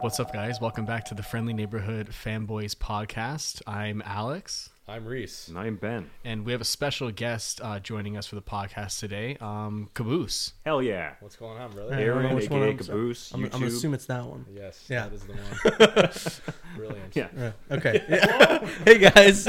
What's up, guys? Welcome back to the Friendly Neighborhood Fanboys podcast. I'm Alex, I'm Reese. And I'm Ben. and we have a special guest uh, joining us for the podcast today, um, Caboose. Hell yeah. What's going on, brother? I don't Aaron, know which one aka I'm- Caboose, I'm, I'm gonna YouTube. assume it's that one. Yes, Yeah. that is the one. Brilliant. Yeah. Right. Okay. Yeah. hey guys.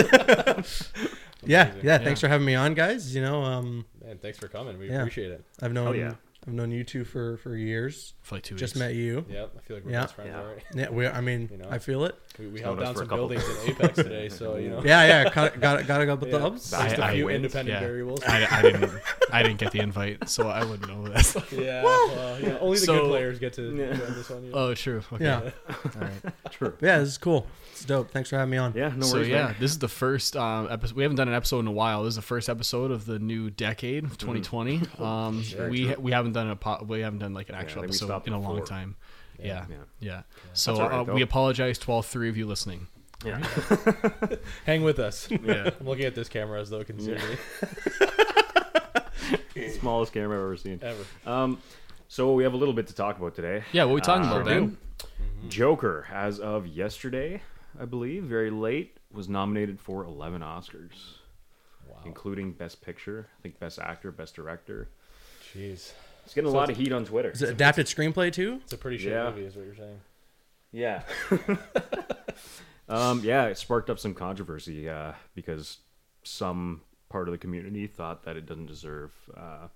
yeah, Amazing. yeah. Thanks for having me on, guys. You know, um, Man, thanks for coming. We Yeah. appreciate it. I've known Oh, yeah. I've known you two for for years. For like two Just weeks. met you. Yep. I feel like we're Yeah. best friends Yeah. already. Yeah, we. I mean, You know? I feel it. We, we Known held us down for a some couple buildings in Apex today, so you know. Yeah, yeah. Got got got a couple Yeah. dubs. Bye. Just a I- I few went, independent yeah. variables. I, I didn't. I didn't get the invite, so I wouldn't know this. yeah, well, yeah. Only the So- good players get to Yeah. join this one. Uh, You know? Oh, true. Okay. Yeah, All right. True. yeah. This is cool. It's dope. Thanks for having me on. Yeah, no so worries. yeah, man. this is the first um, episode. We haven't done an episode in a while. This is the first episode of the new decade, Mm. of 2020. Oh, Um, very we true. ha- we haven't done a po- we haven't done like an I actual think we episode stopped in a at long four. time. Yeah, yeah. Yeah. So That's all right, uh, though. we apologize to all three of you listening. Yeah. Hang with us. Yeah. I'm looking at this camera as though it can see me Smallest camera I've ever seen. ever. Um, so we have a little bit to talk about today. Yeah, what are we talking Uh, about, Ben? Joker, as of yesterday, I believe, very late, was nominated for 11 Oscars, Wow. including Best Picture, I think Best Actor, Best Director. Jeez. It's getting a lot of heat on Twitter. Is it adapted screenplay too? It's a pretty shit Yeah. movie, is what you're saying. Yeah. um, yeah, it sparked up some controversy uh, because some part of the community thought that it doesn't deserve uh,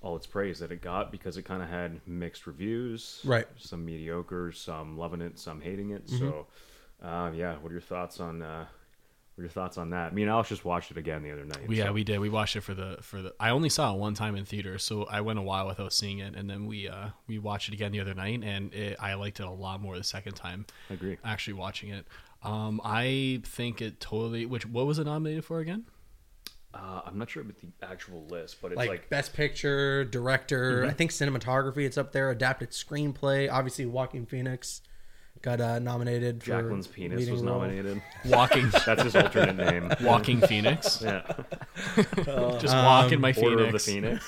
all its praise that it got because it kind of had mixed reviews. Right. Some mediocre, some loving it, some hating it. So, uh, yeah, what are your thoughts on? Uh, what are your thoughts on that? Me and Alex just watched it again the other night. We, yeah, so- we did. We watched it for the for the. I only saw it one time in theater, so I went a while without seeing it, and then we uh we watched it again the other night, and it, I liked it a lot more the second time. I agree. Actually, watching it, um, I think it totally. Which what was it nominated for again? Uh, I'm not sure about the actual list, but it's Like, like, best picture, director. I think cinematography. It's up there. Adapted screenplay. Obviously, Walking Phoenix got uh, nominated. for Jacqueline's penis leading was role. nominated. Walking That's his alternate name. Walking Phoenix. Yeah. Just walking my Order of the Phoenix.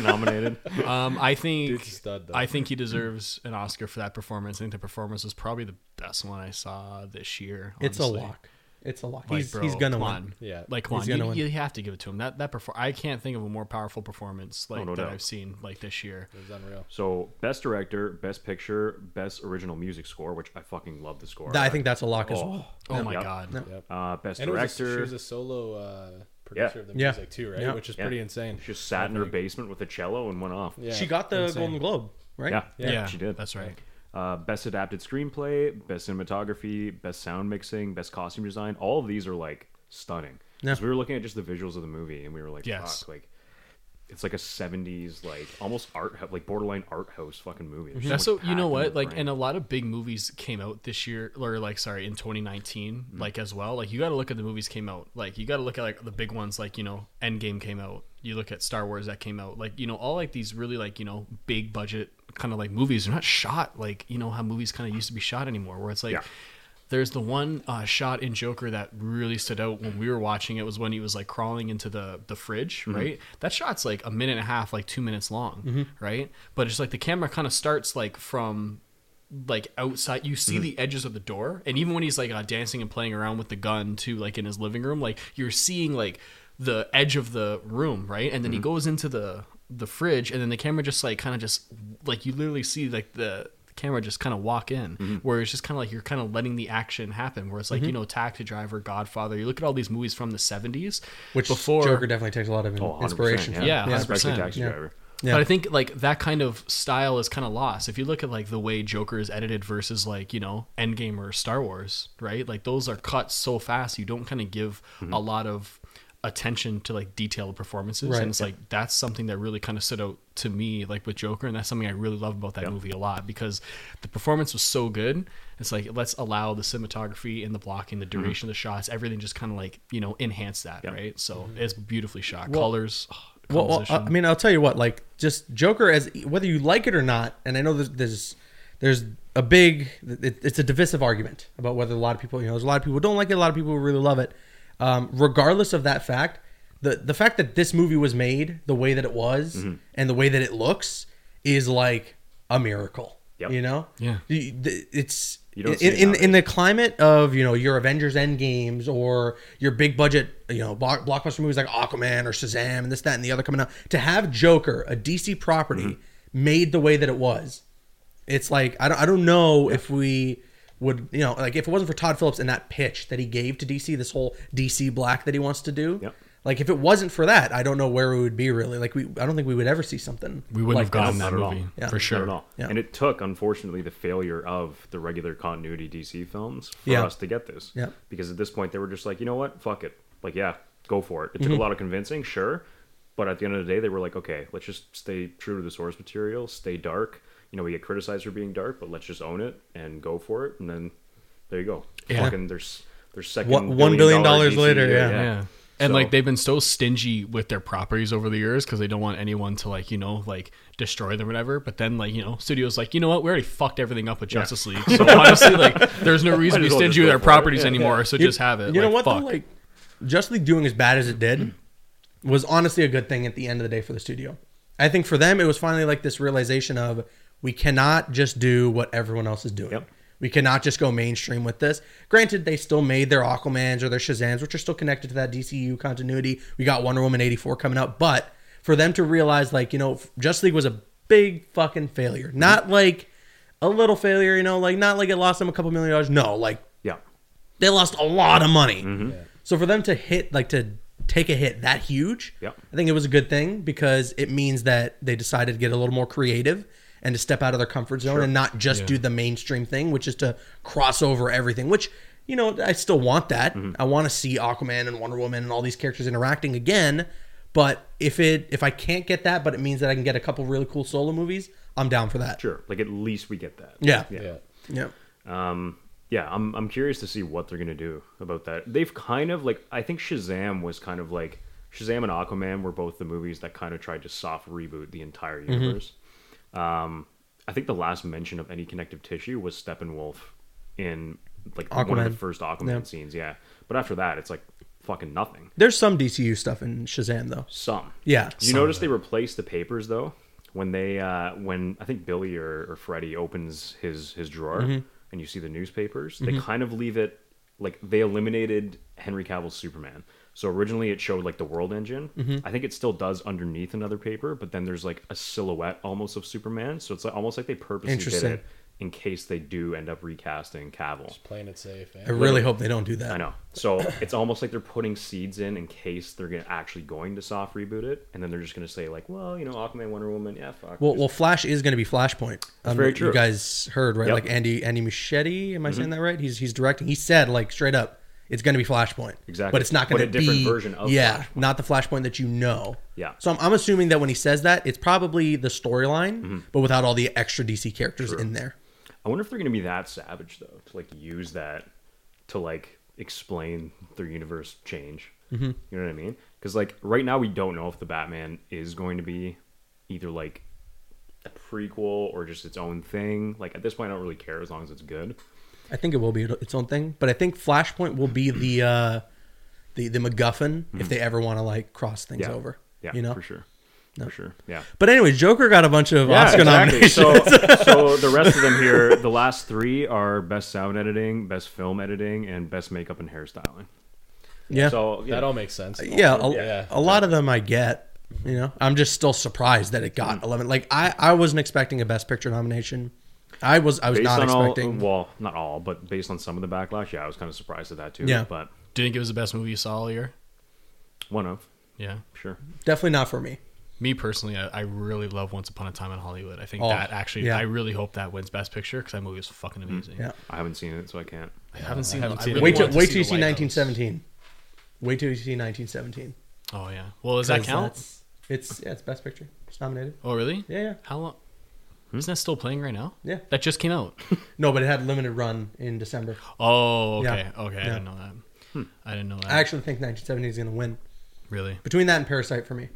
nominated. Um, I think Dude's a stud, though. I think he deserves an Oscar for that performance. I think the performance was probably the best one I saw this year. It's a honestly. lock. It's a lock. Like, he's bro, he's gonna come win. on. Yeah. like come He's on, gonna you, win. you have to give it to him. That that perform. I can't think of a more powerful performance like Oh, no that doubt. I've seen like this year. It was unreal. So, best director, best picture, best original music score, which I fucking love the score. That- I think that's a lock as well. Oh my Yeah. god, No. Yep. Uh, best And it was a, she director. was a solo uh, producer of the Yeah. music too, right? Yeah. Which is Yeah. pretty insane. just sat in her basement with a cello and went off. Yeah, she got the insane. Golden Globe, right? Yeah, yeah, she did. That's right. Uh, best adapted screenplay, best cinematography, best sound mixing, best costume design. All of these are like stunning. Yeah. Because we were looking at just the visuals of the movie and we were like, Yes. fuck, like it's like a '70s, like almost art, ho- like borderline art house fucking movie. There's so Mhm. That's much so you know packed in what your like, brain. and a lot of big movies came out this year, or like sorry, in 2019, like as well. Like you got to look at the movies came out. Like you got to look at like the big ones, like you know, Endgame came out. You look at Star Wars that came out. Like you know, all like these really like you know big budget kind of like movies are not shot like you know how movies kind of used to be shot anymore, where it's like. Yeah. There's the one uh, shot in Joker that really stood out when we were watching it was when he was like crawling into the the fridge, right? That shot's like a minute and a half, like two minutes long, right? But it's like the camera kind of starts like from like outside you Mm-hmm. see the edges of the door and even when he's like uh, dancing and playing around with the gun too like in his living room like you're seeing like the edge of the room right and then Mm-hmm. he goes into the the fridge and then the camera just like kind of just like you literally see like the camera just kind of walk in Mm-hmm. where it's just kind of like you're kind of letting the action happen where it's like you know taxi driver godfather you look at all these movies from the 70s Which before Joker definitely takes a lot of Oh, 100%, inspiration from. Yeah, especially 100%, Taxi yeah. Driver. Yeah. But I think like that kind of style is kind of lost. If you look at like the way Joker is edited versus like you know Endgame or Star Wars, right? Like those are cut so fast, you don't kind of give Mm-hmm. a lot of attention to like detailed performances, Right. and it's like that's something that really kind of stood out to me, like with Joker, and that's something I really love about that movie a lot because the performance was so good. It's like let's allow the cinematography and the blocking, the Mm-hmm. duration of the shots, everything just kind of like you know enhance that, Yeah. right? So it's beautifully shot, colors. oh, Mm-hmm. Well, well, uh, I composition. I mean, I'll tell you what. Like, just Joker as whether you like it or not, and I know there's there's, there's a big it, it's a divisive argument about whether a lot of people you know there's a lot of people who don't like it, a lot of people who really love it. Um, regardless of that fact, the the fact that this movie was Mm-hmm. made the way that it was and the way that it looks is like a miracle. Yep. You know, Yeah. You- th- it's You don't see in it in, in nowadays. the climate of you know your Avengers End games or your big budget you know block, blockbuster movies like Aquaman or Shazam and this that and the other coming out to have Joker, a DC property, Mm-hmm. made the way that it was. It's like I don't I don't know if we would you know like if it wasn't for Todd Phillips and that pitch that he gave to DC, this whole DC Black that he wants to do. Yep. Like if it wasn't for that, I don't know where we would be really. Like we, I don't think we would ever see something. We wouldn't like have gotten this. that Not at all. movie Yeah. for sure. Not at all. Yeah. And it took, unfortunately, the failure of the regular continuity DC films for Yeah. us to get this. Yeah. Because at this point, they were just like, you know what? Fuck it. Like, yeah, go for it. It Mm-hmm. took a lot of convincing, sure. But at the end of the day, they were like, okay, let's just stay true to the source material, stay dark. You know, we get criticized for being dark, but let's just own it and go for it. And then there you go. Yeah. Fucking there's there's second One- one billion dollar dollars DC later, year, yeah. Yeah. And So- like they've been so stingy with their properties over the years because they don't want anyone to like you know like destroy them or whatever. But then like you know studios like you know what we already fucked everything up with Justice League. So honestly like there's no reason to be Might as well just stingy go with our for it. properties Yeah. anymore. So You- just have it. You know Like, what? Though? fuck. Like Just League doing as bad as it did was honestly a good thing at the end of the day for the studio. I think for them it was finally like this realization of we cannot just do what everyone else is doing. Yep. We cannot just go mainstream with this. Granted, they still made their Aquamans or their Shazams, which are still connected to that DCU continuity. We got Wonder Woman 84 coming out, but for them to realize, like, you know, Just League was a big fucking failure. Not like a little failure, you know, like not like it lost them a couple million dollars. No, like Yeah. they lost a lot of money. Yeah. So for them to hit like to take a hit that huge, Yep. I think it was a good thing because it means that they decided to get a little more creative and to step out of their comfort zone and not just Yeah. do the mainstream thing, which is to cross over everything, which you know, I still want that. I want to see Aquaman and Wonder Woman and all these characters interacting again, but if it if I can't get that, but it means that I can get a couple really cool solo movies, I'm down for that. Sure. Like, at least we get that. Yeah. Yeah. Yeah. Yeah. Um, yeah, I'm I'm curious to see what they're gonna do about that. They've kind of like I think Shazam was kind of like Shazam and Aquaman were both the movies that kind of tried to soft reboot the entire Mm-hmm. universe. Um, I think the last mention of any connective tissue was Steppenwolf in like one of the Aquaman. first Aquaman Yeah. scenes. Yeah, but after that, it's like fucking nothing. There's some DCU stuff in Shazam though. Some Yeah. you notice they replaced the papers though when they uh, when I think Billy or, or Freddie opens his his drawer and you see the newspapers, they kind of leave it like they eliminated Henry Cavill's Superman. So originally it showed like the World Engine. I think it still does underneath another paper, but then there's like a silhouette almost of Superman. So it's like, almost like they purposely did Interesting. it in case they do end up recasting Cavill. Playing it safe. I Eh? really hope they don't do that. I know. So it's almost like they're putting seeds in in case they're gonna actually going to soft reboot it, and then they're just gonna say like, well, you know, Aquaman, Wonder Woman, yeah, fuck. Well, just- well, Flash is going to be Flashpoint. Um, very You true. guys heard right? Yep. Mm-hmm. Like Andy Andy Muschietti. Am I saying that right? He's he's directing. He said like straight up, it's going to be Flashpoint. Exactly. But it's not But going to a be different version of yeah, not the Flashpoint that you know. Yeah. So I'm, I'm assuming that when he says that, it's probably the storyline, Mm-hmm. but without all the extra DC characters in there. I wonder if they're gonna be that savage though to like use that to like explain their universe change. Mm-hmm. You know what I mean? Because like right now we don't know if the Batman is going to be either like a prequel or just its own thing. Like at this point, I don't really care as long as it's good. I think it will be its own thing, but I think Flashpoint will be the uh, the the MacGuffin if they ever want to like cross things Mm-hmm. Yeah. over. Yeah, You know. for sure. For sure. Yeah. But anyway, Joker got a bunch of Oscar nominations. So, so the rest of them here, the last three are best sound editing, best film editing, and best makeup and hairstyling. yeah. So yeah, That all makes sense. yeah, a, Yeah. a lot of them I get. You know, I'm just still surprised that it got 11. Like I, I wasn't expecting a Best Picture nomination. I was, I was based not on all, expecting. well, not all, but based on some of the backlash, yeah, I was kind of surprised at that too. Yeah. but do you think it was the best movie you saw all year? one of Yeah. sure. Definitely not for me. Me personally, I, I really love Once Upon a Time in Hollywood. I think Oh, that actually, yeah. I really hope that wins Best Picture because that movie is fucking amazing. Yeah. I haven't seen it, so I can't. I haven't seen. haven't it. I seen it. really Wait till, want to wait till you The see Lighthouse. 1917. Wait till you see 1917. Oh yeah. Well, does that 'Cause count? that's- It's yeah, it's Best Picture. It's nominated. Oh really? Yeah, yeah, How long? Isn't that still playing right now? Hmm? yeah. That just came out. No, but it had a limited run in December. Oh, Yeah. okay. Okay, I Yeah. Hmm. didn't know that. I didn't know that. I actually think 1917 is going to win. really? Between that and Parasite for me.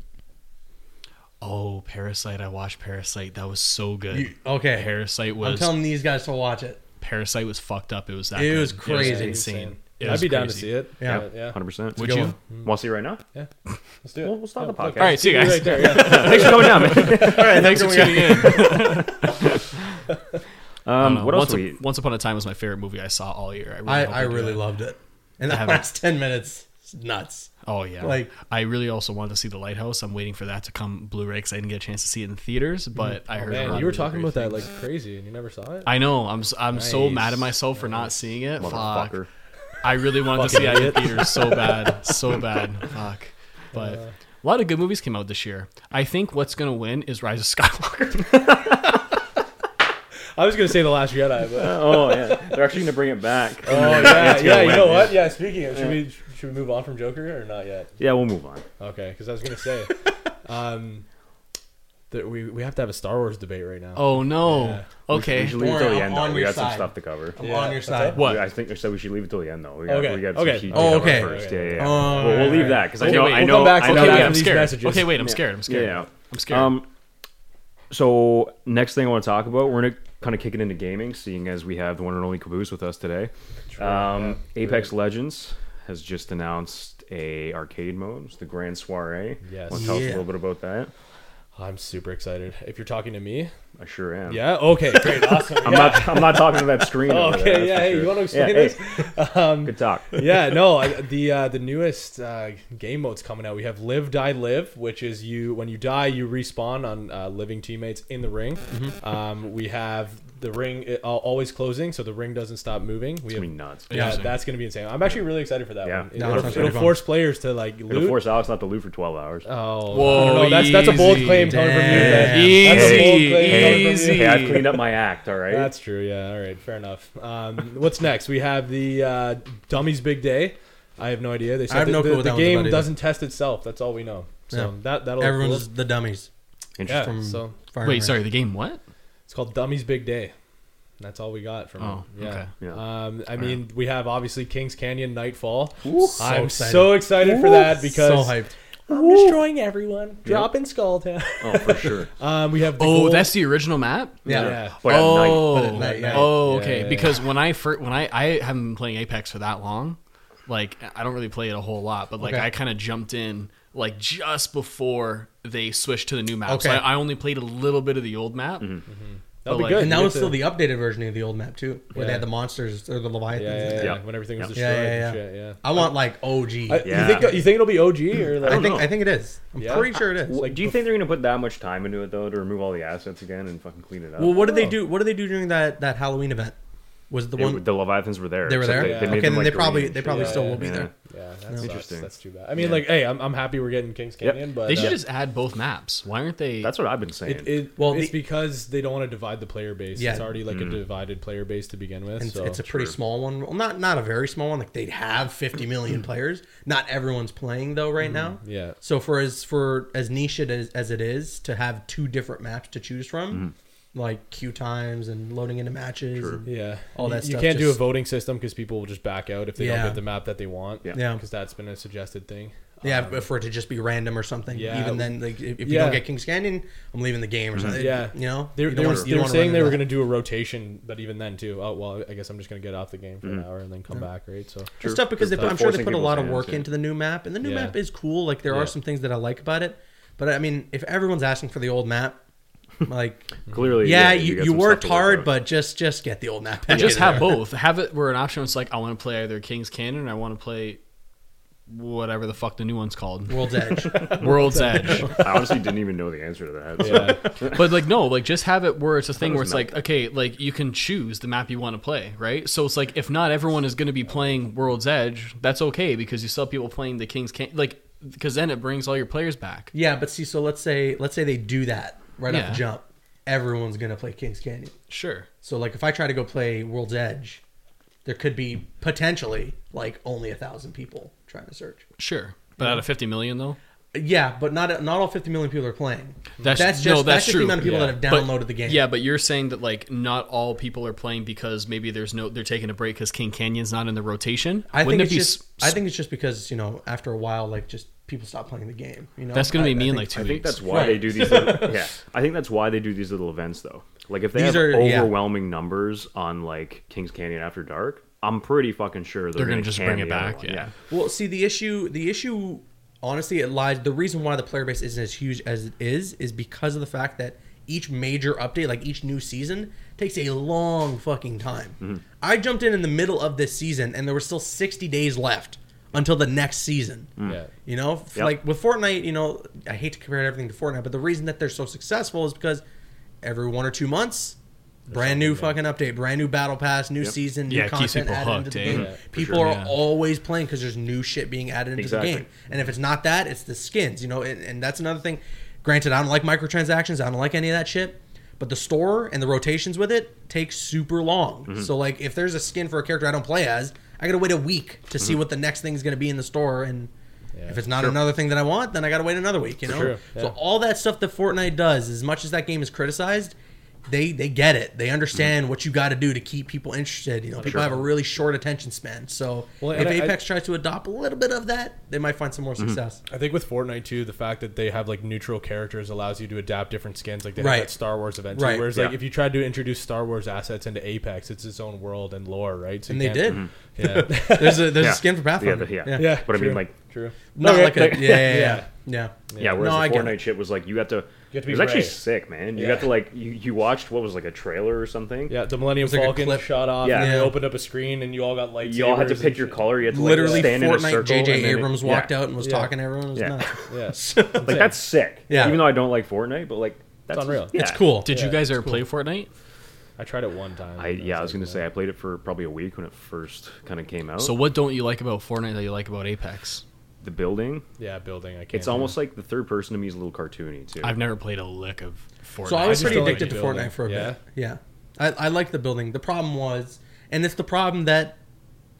Oh, Parasite. I watched Parasite. That was so good. You- okay. Parasite I'm was telling these guys to watch it. Parasite was fucked up. It was that. It good. was crazy. insane. It I'd was be down to crazy. see it. Yeah. Uh, yeah. hundred percent. Would Go you? on. Want to see it right now? Yeah. Let's do it. We'll, we'll stop the Yeah, look, podcast. All right, see you TV guys. Right there, yeah. thanks for coming down, man. All right, thanks for tuning in. I don't Um, know. what once, else we a- Once Upon a Time was my favorite movie I saw all year. I really, I, hope I do really that. loved it. And the I haven't- last ten minutes, is nuts. Oh yeah, Like- I really also wanted to see The Lighthouse. I'm waiting for that to come Blu-ray because I didn't get a chance to see it in theaters. Mm-hmm. But I heard a lot Oh, Man, of you were really talking great about that things. like crazy, and you never saw it. I know. I'm s- I'm so Nice. mad at myself for not seeing it. Fuck. motherfucker. I really wanted to see that in theaters so bad, so bad. Fuck. But Uh. a lot of good movies came out this year. I think what's gonna win is Rise of Skywalker. I was gonna say the Last Jedi, but oh yeah, they're actually gonna bring it back. oh yeah, gonna yeah. You win, know yeah. what? Yeah. Speaking of, should we should we move on from Joker or not yet? yeah, we'll move on. Okay, because I was gonna say, um, that we we have to have a Star Wars debate right now. Oh no. Yeah. Okay. We should leave Don't until worry, the I'm end. Though. on We your got some side. stuff to cover. I'm Yeah, on your that's side. What? I think so. We should leave it till the end though. We got, Okay, we got okay, some key to oh, cover okay. first. Yeah, Okay. yeah. yeah. Oh, well, we'll leave yeah. that because I Wait, know wait, I we'll know come back to I know okay, that wait, after I'm these scared. messages. Okay, wait, I'm scared. I'm Yeah, scared. yeah. I'm scared. Um, so next thing I want to talk about, we're gonna kind of kick it into gaming, seeing as we have the one and only Caboose with us today. um, Apex Legends has just announced a arcade mode, it's the Grand Soiree. Yes. want to tell us a Yeah. little bit about that? I'm super excited. If you're talking to me, I sure am. yeah. Okay, great, awesome. I'm not. I'm not talking to that screen. over there, okay, that's yeah. for Hey, sure. you want to explain Yeah, this? Um, hey, good talk. yeah, no, I, the uh, the newest uh, game mode's coming out. We have Live Die Live, which is you when you die, you respawn on uh, living teammates in the ring. Um, we have the ring uh, al- always closing, so the ring doesn't stop moving. We I have, mean, nuts. yeah, Interesting. that's gonna be insane. I'm actually really excited for that Yeah. one. No, that it'll sounds it'll pretty force players to like loot. It'll force Alex not to loot for 12 hours. oh, Whoa, I don't know. that's that's a bold easy. claim coming from you. Ben. Damn. That's a bold Easy, claim coming hey, from you. easy. hey, I cleaned up my act. All right. That's true. Yeah. All right. Fair enough. Um, what's next? We have the uh, Dummies Big Day. I have no idea. They said I have the, no clue the- what the that one's about game either. doesn't test itself. That's all we know. So Yeah. that that'll Everyone's just the dummies. yeah. interesting. from- So Fire wait, and sorry. The game what? it's called Dummies Big Day. And That's all we got from. Oh, it. yeah. okay. Yeah. Um, I mean, we have obviously Kings Canyon Nightfall. Raise. So I'm excited. so excited for that because so hyped. I'm destroying everyone. Dropping skull down. Oh, for sure. um, we have the Oh, gold- that's the original map. Yeah. But at night. oh, But at night, yeah. oh, Yeah, okay. yeah, yeah. because when I first, when I, I haven't been playing Apex for that long. Like I don't really play it a whole lot, but like Okay. I kind of jumped in like just before they switched to the new map. So Okay. I, I only played a little bit of the old map. but That'll be like- good. And that You was get still to- the updated version of the old map too, where they Yeah. had the monsters or the leviathans. yeah, and yeah, yeah, stuff. Yeah. when everything was destroyed. Yeah. Yeah, yeah, and yeah. shit, yeah. I want like OG. I, I, Yeah. You think you think it'll be OG or like? think know. I think it is. I'm Yeah. pretty sure it is. like do you think they're gonna put that much time into it though to remove all the assets again and fucking clean it up? Well, what did they know. do? What did they do during that that Halloween event? Was the It- one the Leviathans were there. they were except there? They, they okay, made then them, like, they probably green they and probably shit. still Yeah, will be yeah. there. Yeah, that's Interesting. That's too bad. I mean, Yeah. like, hey, I'm, I'm happy we're getting Kings Yep. Canyon, but They should uh, just add both maps. Why aren't they? That's what I've been saying. it, it, Well, it's the- because they don't want to divide the player base. Yeah. It's already like Mm. a divided player base to begin with. And so it's a pretty small one. Well, not not a very small one. Like they'd have 50 million players. Not everyone's playing though right now. Mm-hmm. yeah, So for as for as niche it is, as it is to have two different maps to choose from, Mm-hmm. like queue times and loading into matches. Sure. and- yeah. All that you, stuff you can't do a just- voting system because people will just back out if they Yeah. don't get the map that they want. Yeah. Yeah. because that's been a suggested thing. yeah, Um, but for it to just be random or something. Yeah. Even then, like if, if you Yeah. Mm-hmm. don't get King's Canyon, I'm leaving the game or something. Yeah. You know, They, You they don't were, wanna- you they don't were wanna saying run they were into going to do a rotation, but even then, too. Oh well, I guess I'm just going to get off the game for Mm. an hour and then come back, right? So that. It's tough because they They're put, I'm sure they forcing put a lot people's of work hands, yeah. into the new map, and the new Yeah. map is cool. Like there Yeah. are some things that I like about it, but I mean, if everyone's asking for the old map, like Clearly, yeah, got you, you some worked stuff to work hard, out. but just just get the old map. back just in there. have both. Have it where an option. It's like I want to play either King's Canyon. or I want to play whatever the fuck the new one's called, World's Edge. World's Edge. I honestly didn't even know the answer to that. So. yeah, but like no like just have it where it's a thing it where was it's like okay like you can choose the map you want to play right so it's like if not everyone is going to be playing world's edge that's okay because you still have people playing the king's can like because then it brings all your players back Yeah, but see, so let's say let's say they do that right off Yeah. the jump, everyone's gonna play Kings Canyon. sure So like, if I try to go play World's Edge, there could be potentially like only a thousand people trying to search. sure but out of 50 million though Yeah, but not not all fifty million people are playing. That's- just no, that's just true. the amount of people Yeah. that have downloaded the game. yeah but you're saying that like not all people are playing because maybe there's no they're taking a break because king canyon's not in the rotation I think Wouldn't it it's be just s- I think it's just because you know after a while like just people stop playing the game. You know that's going to I- be me I in think- like two I think weeks that's why they do these. Little, yeah, I think that's why they do these little events though. Like if they These have are- yeah. overwhelming numbers on like Kings Canyon After Dark, I'm pretty fucking sure they're, They're gonna going to just bring it back, yeah. Well, see the issue. The issue, honestly, it lies. The reason why the player base isn't as huge as it is is because of the fact that each major update, like each new season, takes a long fucking time. I jumped in in the middle of this season, and there were still 60 days left until the next season. Yeah. You know, F- Yep. like with Fortnite, you know, I hate to compare everything to Fortnite, but the reason that they're so successful is because every one or two months, brand new fucking update, brand new battle pass, new Yep. season, new Yeah, it keeps content people added into hooked, the eh? game. Yeah, for people sure. are Yeah. always playing because there's new shit being added into Exactly. the game. And if it's not that, it's the skins, you know, and, and that's another thing. Granted, I don't like microtransactions, I don't like any of that shit. But the store and the rotations with it take super long. Mm-hmm. So like if there's a skin for a character I don't play as, I gotta wait a week to see what the next thing's gonna be in the store Mm-hmm. and Yeah. if it's not another thing that I want, then I gotta wait another week, you know? sure, yeah. So all that stuff that Fortnite does, as much as that game is criticized, they they get it. They Mm-hmm. understand what you gotta do to keep people interested. You know, people sure. have a really short attention span. So Well, if and I- I- Apex tries to adopt a little bit of that, they might find some more Mm-hmm. success. I think with Fortnite too, the fact that they have like neutral characters allows you to adapt different skins. Like they Right. have that Star Wars event, too, Right. whereas like Yeah. if you tried to introduce Star Wars assets into Apex, it's its own world and lore, right? So And you they did. can't- Mm-hmm. Yeah. There's a there's Yeah. a skin for Pathfinder. Yeah, Yeah, the- yeah. yeah. But I mean, true, like- true. Not Okay, like a like- yeah, yeah, yeah. yeah. yeah. Yeah, whereas No, I the get it. Fortnite shit was like you got to. You got to it be was actually brave. sick, man. You Yeah. got to like you, you watched what was like a trailer or something. Yeah, the Millennium like a Falcon clip. shot off, Yeah. and Yeah. they opened up a screen, and you all got lightsabers. You all had to and pick your shit. color. You had to like, Literally stand in a Fortnite circle. and JJ then it- Abrams yeah. walked out and was Yeah. talking to everyone. It was Yeah. nuts. Yeah. Like that's sick. Yeah. Even though I don't like Fortnite, but like that's unreal. Yeah. It's cool. Did you Yeah, guys ever play Fortnite? I tried it one time. I, and yeah, I was like, gonna say I played it for probably a week when it first kind of came out. So what don't you like about Fortnite that you like about Apex? the building, yeah, building. I can't. it's do almost like the third person to me is a little cartoony too. I've never played a lick of Fortnite. So I was just pretty don't addicted like to it. building. Fortnite for a Yeah. bit. Yeah, I, I liked the building. The problem was, and it's the problem that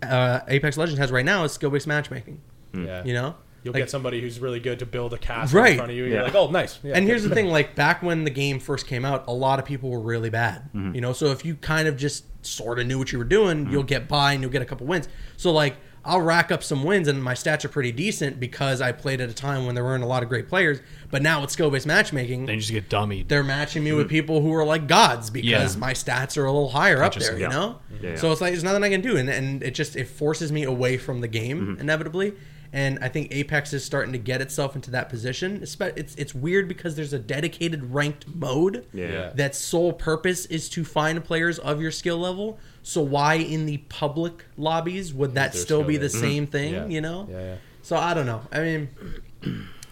uh, Apex Legends has right now is skill based matchmaking. it. Yeah. You know, You'll Like, get somebody who's really good to build a castle Right. in front of you. And Yeah. You're like, oh, nice. Yeah, and good. here's the thing: like back when the game first came out, a lot of people were really bad. You know, so if you kind of just sort of knew what you were doing, you'll get by and you'll get a couple wins. So like. I'll rack up some wins and my stats are pretty decent because I played at a time when there weren't a lot of great players. But now with skill based matchmaking, Then you just get dummied. they're matching me with people who are like gods because Yeah. my stats are a little higher up there, yeah. you know? Yeah, So yeah. it's like there's nothing I can do and, and it just it forces me away from the game inevitably. And I think Apex is starting to get itself into that position. It's spe- it's, it's weird because there's a dedicated ranked mode yeah. Yeah. that's sole purpose is to find players of your skill level. So why in the public lobbies would that there still be skill the there? same thing, Yeah. you know? Yeah, yeah. So I don't know. I mean,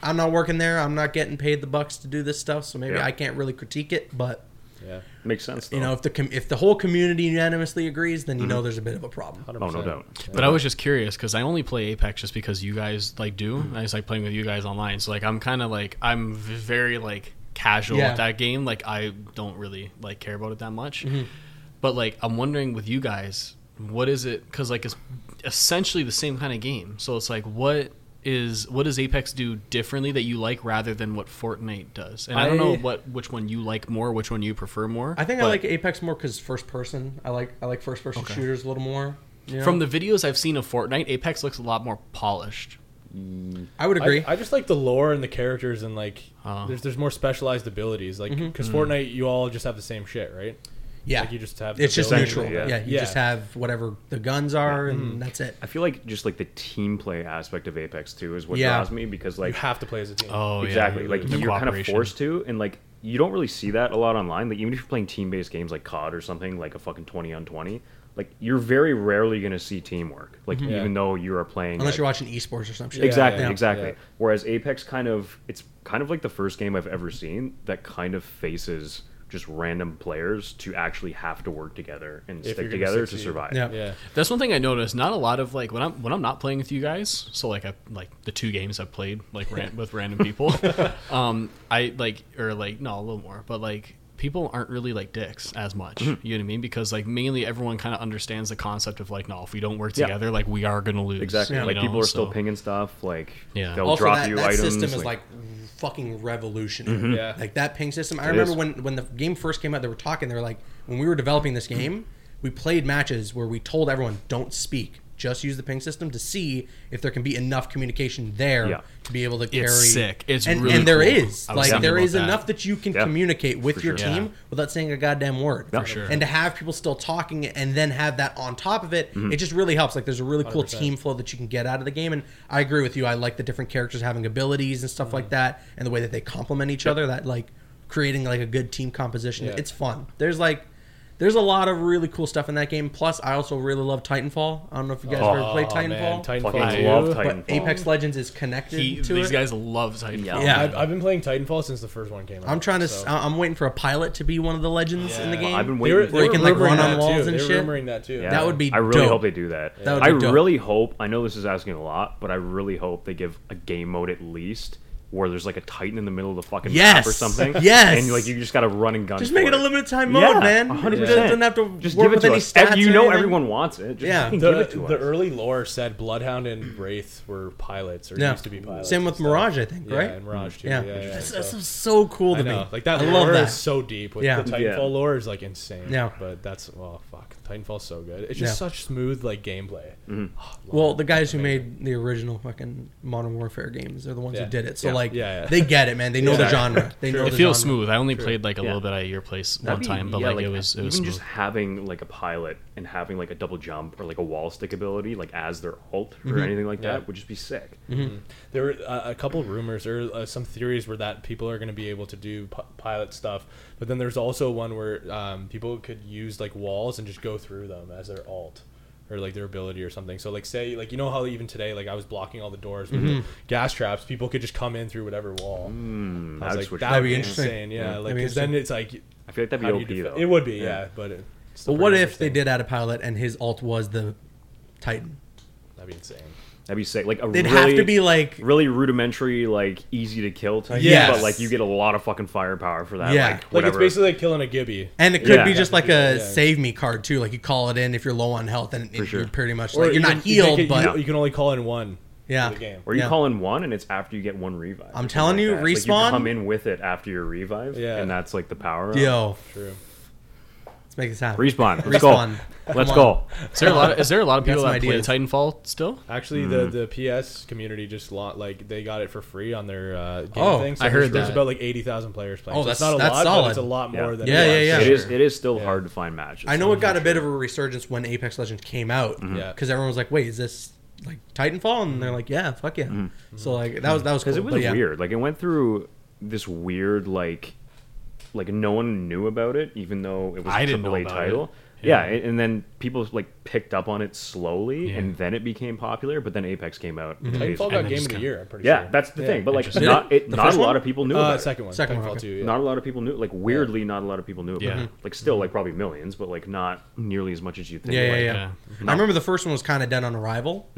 I'm not working there. I'm not getting paid the bucks to do this stuff, so maybe Yeah. Oh. I can't really critique it. But Yeah. Makes sense though. you know, if the com- if the whole community unanimously agrees, then you Mm-hmm. know there's a bit of a problem. oh no 100%. doubt. But I was just curious because I only play Apex just because you guys like do. Mm-hmm. I just like playing with you guys online. So like I'm kind of like I'm v- very like casual Yeah. with that game. Like I don't really like care about it that much. Mm-hmm. But like I'm wondering with you guys, what is it? Because like it's essentially the same kind of game. So it's like what is what does Apex do differently that you like rather than what Fortnite does? And I, don't know I- what which one you like more, which one you prefer more. I think I but- like Apex more because first person. I like I like first person shooters a little more. You know? From the videos I've seen of Fortnite, Apex looks a lot more polished. I would agree. I, I just like the lore and the characters and like Oh. there's there's more specialized abilities like Mm-hmm. because Mm. Fortnite you all just have the same shit right yeah, like you just have the it's just building. neutral. Yeah, yeah. Mm. you Yeah. just have whatever the guns are, and that's it. I feel like just like the team play aspect of Apex too is what Yeah. draws me because you like have to play as a team Oh, exactly yeah. like The you're kind of cooperation. forced to and like you don't really see that a lot online like even if you're playing team-based games like cod or something like a fucking 20 on 20 like you're very rarely going to see teamwork like Yeah. even though you are playing Mm-hmm. Unless like- you're watching esports or some shit. exactly yeah, exactly yeah. whereas apex kind of it's kind of like the first game i've ever seen that kind of faces just random players to actually have to work together and If you're stick gonna together to succeed. survive Yeah. yeah That's one thing I noticed. Not a lot of like when I'm when I'm not playing with you guys. So like I like the two games I've played like ran, with random people. um, I like or like no a little more, but like people aren't really like dicks as much. You know what I mean? Because like mainly everyone kind of understands the concept of like no, if we don't work Yeah. together, like we are gonna lose. exactly you like know? people are still So- pinging stuff like Yeah. they'll also drop that, you that items Mm-hmm. system is like fucking revolutionary Yeah. like that ping system i remember is. when when the game first came out they were talking they were like when we were developing this game we played matches where we told everyone don't speak just use the ping system to see if there can be enough communication there Yeah. to be able to carry It's sick. It's and, really and there cool. is I was like thinking there about is that. enough that you can Yeah. communicate with For your sure. team Yeah. without saying a goddamn word For sure. and to have people still talking and then have that on top of it Mm-hmm. it just really helps like there's a really cool 100%. team flow that you can get out of the game and i Mm-hmm. agree with you i like the different characters having abilities and stuff like that and the way that they complement each other that like creating like a good team composition. Yeah. It's fun. There's like there's a lot of really cool stuff in that game. Plus, I also really love Titanfall. I don't know if you guys ever played Aw, Oh, man, Titanfall, Titanfall. Fucking two. love but Titanfall. Apex Legends is connected He, to these it. guys love Titanfall. Yeah. yeah, I've, I've been playing Titanfall since the first one came out. I'm trying to. so- I- I'm waiting for a pilot to be one of the legends in the Yeah. game. Well, I've been They were, waiting. they for where you were can, like, rumoring run on that, walls too. and They were shit. rumoring that too. Yeah, That would be I really dope. hope they do that. That would be I dope. really hope. I know this is asking a lot, but I really hope they give a game mode at least where there's like a titan in the middle of the fucking map or Yes! something. Yes! And like you just gotta run and gun. Just make for it a limited time mode, Yeah, man. 100%. It doesn't have to Just work give it with to any us. stats. Ev- you or know anything. everyone wants it. Just Yeah. fucking give The, it to the us. early lore said Bloodhound and Wraith were pilots or Yeah. used to be pilots. Same with and stuff. Mirage, I think, Yeah, right? and Mirage too. Yeah. Yeah, yeah, that's, so- that's so, cool to I know. me. Like that I lore love that. is so deep. With Yeah. the Yeah. Titanfall lore is like insane. Yeah. But that's oh fuck, Titanfall's so good. It's just Yeah. such smooth like gameplay. well, the guys who made the original fucking Modern Warfare games are the ones Yeah. who did it. So Yeah. like, Yeah, yeah. they get it, man. They know the Yeah. genre. They know It the feels genre. smooth. I only played like a Yeah. little bit at your place That'd one be- time, but yeah, like, it was it was even smooth. just having like a pilot and having like a double jump or like a wall stick ability like as their alt Mm-hmm. or anything like Yeah. that would just be sick. There were uh, a couple rumors or uh, some theories were that people are going to be able to do p- pilot stuff, but then there's also one where um, people could use like walls and just go through them as their alt or like their ability or something. So like say like you know how even today like I was blocking all the doors with Mm-hmm. the gas traps, people could just come in through whatever wall. I I'd was like, switch that would that. be That'd be insane. Yeah, like That'd be 'cause then it's like I feel like that'd how be do you OP defe- though. it would be yeah, but it, it's still But what pretty if they interesting. did add a pilot and his alt was the Titan? That'd be insane. That'd be sick. Like a They'd really, have to be like, really rudimentary, like easy to kill type. Yes. But like you get a lot of fucking firepower for that. Yeah. Like, Like whatever. it's basically like killing a gibby. and it could Yeah. be just like Yeah. a save me card too. Like you call it in if you're low on health, and it, sure. you're pretty much Or like you're you not can- you healed, can- but you, you can only call in one. yeah. the game. Or you Yeah. call in one, and it's after you get one revive. I'm or something telling like you, that. Like, you Respawn- come in with it after your revive, Yeah. and that's like the power. up. Yo, True. let's make this happen. respawn. Let's Respawn. go. Let's Come go. is there a lot? Of, is there a lot of Got people some that ideas. play Titanfall still? Actually, the the PS community just lot like they got it for free on their uh, game Oh, thing. I heard there's, there's that. about like eighty thousand players playing. Oh, So it's that's- not a that's lot, solid. but it's a lot Yeah. more than Yeah, it was. yeah, yeah. It Sure. is. It is still Yeah. hard to find matches. I know it got a bit of a resurgence when Apex Legends came out Mm-hmm. because Yeah. everyone was like, "Wait, is this like Titanfall?" And they're like, "Yeah, fuck yeah." So like that was that was cool. Mm-hmm. because it was but, yeah. weird. Like it went through this weird like like no one knew about it, even though it was a I didn't know AAA about title. it. Yeah. and and then people like picked up on it slowly, Yeah. and then it became popular. But then Apex came out. and Titanfall basically- And got then game just of the kinda- year. I'm pretty yeah, sure. that's the thing. But like, Interesting. not it, The not first a lot one? of people knew uh, about it. second one. Second Titanfall one, okay. two. Yeah. Not a lot of people knew. Like weirdly, not a lot of people knew about Yeah. it. Like still, like probably millions, but like not nearly as much as you think. Yeah, yeah, like, yeah. yeah. Mm-hmm. I remember the first one was kind of done on arrival.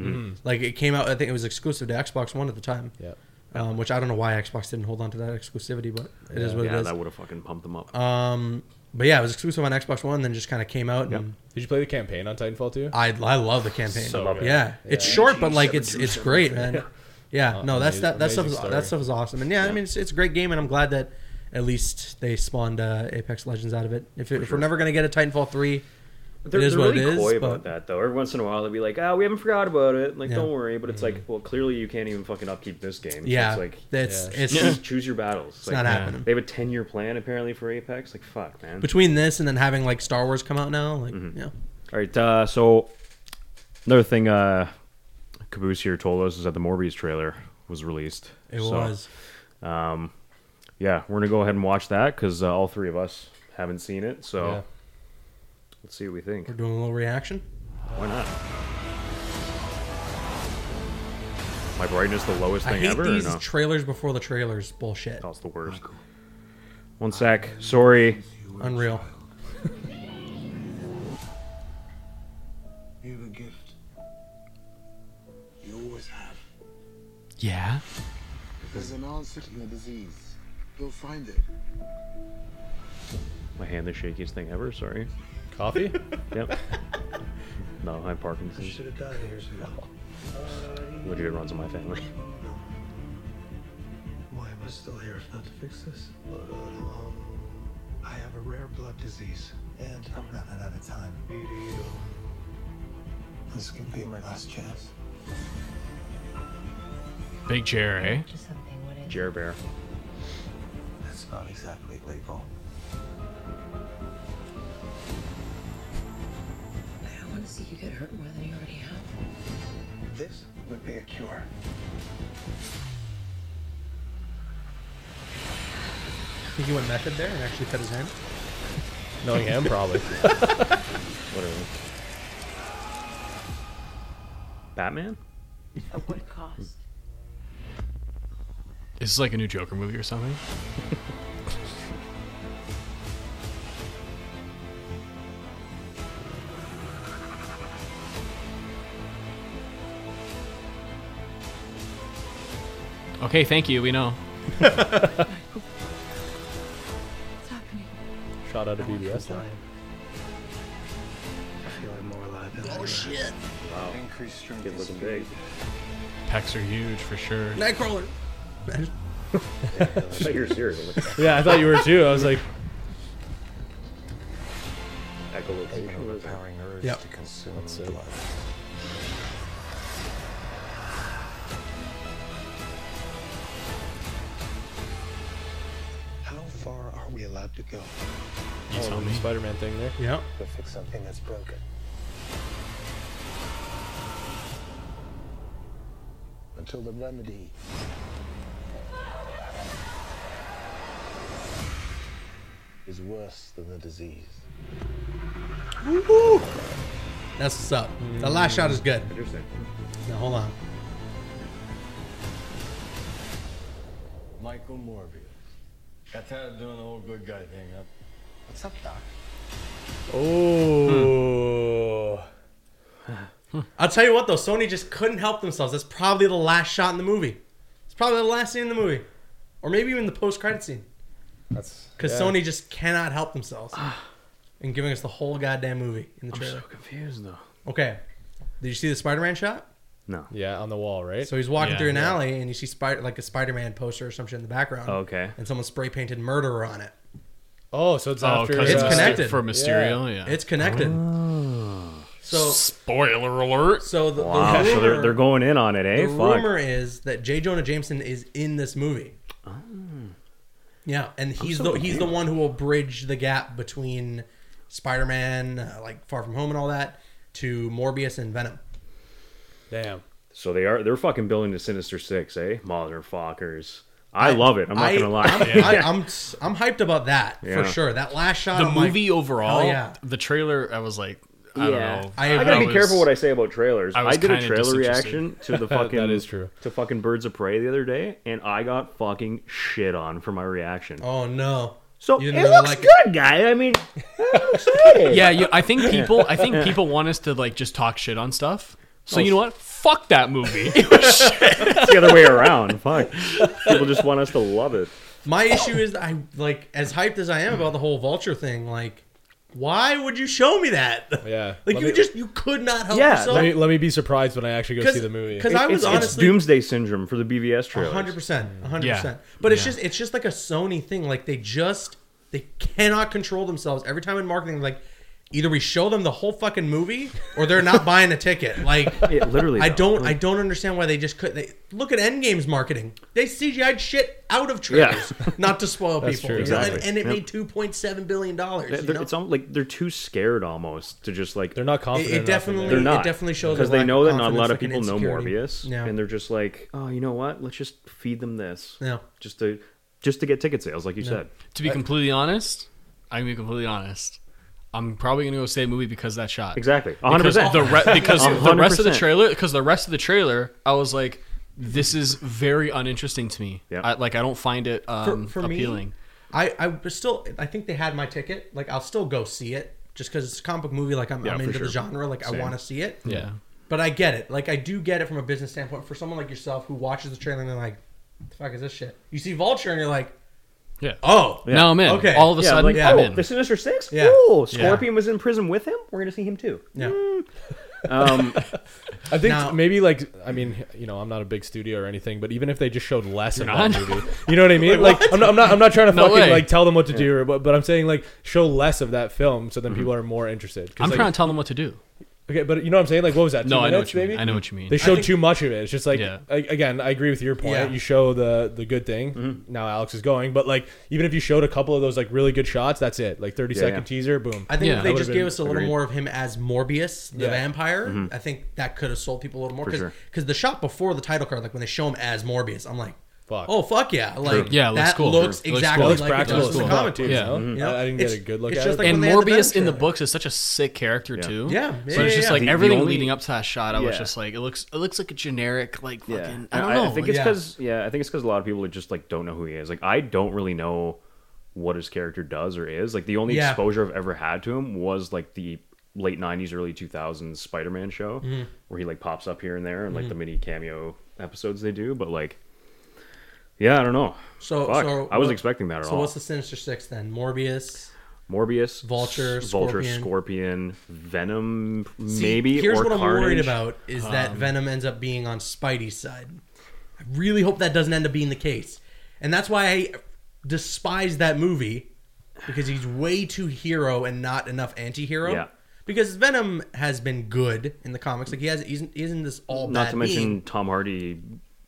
Like it came out, I think it was exclusive to Xbox One at the time. Yeah. Um, which I don't know why Xbox didn't hold on to that exclusivity, but it is what yeah, it is. that would have fucking pumped them up. um, but yeah, it was exclusive on Xbox One, then just kind of came out, and Did you play the campaign on Titanfall two? I I love the campaign. So yeah. good. it's Yeah. short, but like it's it's great, man. Yeah, no, that's amazing- that that stuff is, amazing story. that stuff is awesome, and yeah, I mean it's, it's a great game, and I'm glad that at least they spawned uh, Apex Legends out of it. If, it, if we're never gonna get a Titanfall three, They're, it is they're what really it is, coy but- about that though. Every once in a while, they'll be like, "Oh, we haven't forgot about it." Like, Yeah. Mm-hmm. don't worry. But it's like, well, clearly you can't even fucking upkeep this game. So yeah, it's like that's yeah. it's choose, choose your battles. it's not happening. They have a ten-year plan apparently for Apex. Like, fuck, man. Between this and then having like Star Wars come out now, like yeah, All right. Uh, so another thing, uh, Caboose here told us is that the Morbius trailer was released. it So, was. Um, yeah, we're gonna go ahead and watch that because uh, all three of us haven't seen it. So Yeah. let's see what we think. We're doing a little reaction. Why not? My brightness the lowest I thing hate ever. or these no? Oh, trailers before the trailers bullshit. That's the worst. One sec. Sorry. Unreal. You have a gift. You always have. Yeah. If there's an answer to your disease, you'll find it. My hand the shakiest thing ever. Sorry. Coffee? Yep. no, I have Parkinson's. Should have died years ago. Legit runs in my family. Why am I still here if not to fix this? Um, I have a rare blood disease, and I'm running out of time. This could be my last chance. Big chair, eh? to something, what is Jer Bear. That's not exactly legal. I want to see you get hurt more than you already have. This would be a cure. think he went method there and actually cut his hand. Knowing him, probably. Whatever. Batman? At what cost? Is this like a new Joker movie or something? okay, thank you. We know. What's happening? Shot out of BBS. though. I feel like more alive than Oh shit! Wow. Increased strength. Kid looking big. Pecs are huge for sure. Nightcrawler. I thought you were serious. Like, Yeah, I thought you were too. I was like, echolocation. Overpowering urge Yep. to consume it. blood. How far are we allowed to go You tell me. Spider-Man thing there. Yeah. to fix something that's broken? Until the remedy is worse than the disease. That's what's up. The last shot is good. Mm. Interesting. Now hold on. Michael Morbius. Got tired of doing the whole good guy thing. Huh? What's up, Doc? Hmm. Oh. I'll tell you what though, Sony just couldn't help themselves. That's probably the last shot in the movie. It's probably the last scene in the movie, or maybe even the post-credit scene, That's because yeah. Sony just cannot help themselves in giving us the whole goddamn movie in the I'm so trailer. confused though. Okay, did you see the Spider-Man shot? No. Yeah, on the wall, right? So he's walking Yeah. through an Yeah. alley and you see spider like a Spider-Man poster or some shit in the background. Okay. And someone spray painted murderer on it. oh, so it's after. 'cause It's Myster- connected. for Mysterio. Yeah, It's connected. So spoiler alert. so the, Oh. Wow. the rumor, So they're, they're going in on it, eh? the Fuck. rumor is that J. Jonah Jameson is in this movie. Oh. Yeah, and he's the he's the one who will bridge the gap between Spider-Man, uh, like Far From Home and all that, to Morbius and Venom. Damn. So they are they're fucking building the Sinister Six, eh? Motherfuckers. I, love it. I'm not I- gonna lie. I'm, I, I'm s- I'm hyped about that Yeah. for sure. That last shot, The I'm like, movie overall, hell yeah. the trailer. I was like, I Yeah. don't know. I I, agree. gotta be was- careful what I say about trailers. I I, was did a kinda trailer disinterested. reaction to the That- fucking that is true. to fucking Birds of Prey the other day, and I got fucking shit on for my reaction. Oh no! so you it didn't really looks like it. good, guy. I mean, I'm excited. yeah, you, I think people. I think people want us to like just talk shit on stuff. Oh, So you know what? Fuck that movie. It was shit. it's the other way around. Fuck. People just want us to love it. My issue is that I like as hyped as I am about the whole vulture thing. Like, why would you show me that? Yeah. like Let you me- just you could not help Yeah, yourself. Let me let me be surprised when I actually go see the movie. Because I was it's, it's honestly Doomsday Syndrome for the BVS trailer. hundred percent, Mm. hundred Yeah. percent. But it's Yeah. just it's just like a Sony thing. Like they just they cannot control themselves. Every time in marketing, like either we show them the whole fucking movie or they're not buying a ticket. Like It literally. I though. don't I don't understand why they just couldn't. They, look at Endgame's marketing. They CGI'd shit out of trailers, not to spoil That's people. true. You know, and- Exactly. And, it Yep. made two point seven billion dollars. They're, it's almost like they're too scared almost to just like They're not It, confident. it enough in definitely, They're not. it definitely shows because a they lack know of that not a lot of people confidence, know like an Morbius, insecurity. Yeah. and they're just like, oh, you know what? Let's just feed them this. Yeah. Just to just to get ticket sales, like you said. To be completely honest, I'm gonna be completely honest. I'm probably gonna go see a movie because of that shot. Exactly, 100. percent The re- because the rest of the 100%. trailer, because the rest of the trailer, I was like, this is very uninteresting to me. Yeah. I, like I don't find it um, for me- appealing. I, I was still I think they had my ticket. Like I'll still go see it just because it's a comic book movie. Like I'm, Yeah, I'm for into the sure. genre. Like I Same. want to see it. Yeah. But I get it. Like I do get it from a business standpoint. For someone like yourself who watches the trailer and they're like, "The fuck is this shit?" You see Vulture and you're like, Yeah. "Oh, Now I'm in. Okay. All of a Yeah, sudden, like, I'm oh, in. the Sinister Six. Yeah. Cool. Yeah. Scorpion was in prison with him. We're gonna see him too. yeah." Um, I think Now- maybe like I mean you know I'm not a big studio or anything, but even if they just showed less in You're that not? movie, you know what I mean? Like, I'm not I'm not I'm not trying to No fucking way. like tell them what to do, or, but but I'm saying like show less of that film so then people are more interested. 'Cause, I'm like, trying to tell them what to do. Okay, but you know what I'm saying? Like, what was that? Two No, I know minutes, what you mean. maybe? I know what you mean. They showed think- too much of it. It's just like Yeah. I, again, I agree with your point. Yeah. Mm-hmm. You show the the good thing. Now Alex is going, but like even if you showed a couple of those like really good shots, that's it. Like thirty Yeah, second yeah. teaser, boom. I think Yeah. if That they would've just been gave us a little agreed. more of him as Morbius, the Yeah. vampire, I think that could have sold people a little more. For Because sure. the shot before the title card, like when they show him as Morbius, I'm like, Fuck. Oh fuck yeah! Like Yeah, it looks that cool. looks It looks exactly cool. well, it's like practical it as does in cool. the fuck, comic too. too, Yeah. Mm-hmm. you know? You know? I, I didn't It's- get a good look it's at just it. like- but- when and they had the Morbius in the gunshot. books is such a sick character too. Yeah, yeah, so it's just yeah. like The- the everything only- leading up to that shot, I was Yeah. just like, it looks, it looks like a generic like fucking. Yeah, I don't And know. I think like- it's Yeah. because yeah. I think it's because a lot of people are just like don't know who he is. Like I don't really know what his character does or is. Like the only Yeah. exposure I've ever had to him was like the late '90s, early 2000s Spider-Man show, Mm-hmm. where he like pops up here and there and like the mini cameo episodes they do. But like, yeah, I don't know. So, Fuck, so I was what- expecting that at so all. what's the Sinister Six then? Morbius. Morbius, Vulture, S- Vulture, Scorpion. Scorpion, Venom, See, maybe. Here's or what I'm Carnage. Um, worried about: is that Venom ends up being on Spidey's side. I really hope that doesn't end up being the case, and that's why I despise that movie because he's way too hero and not enough anti-hero. Yeah. Because Venom has been good in the comics, like he has, he's, he isn't this all Not bad to mention being. Tom Hardy,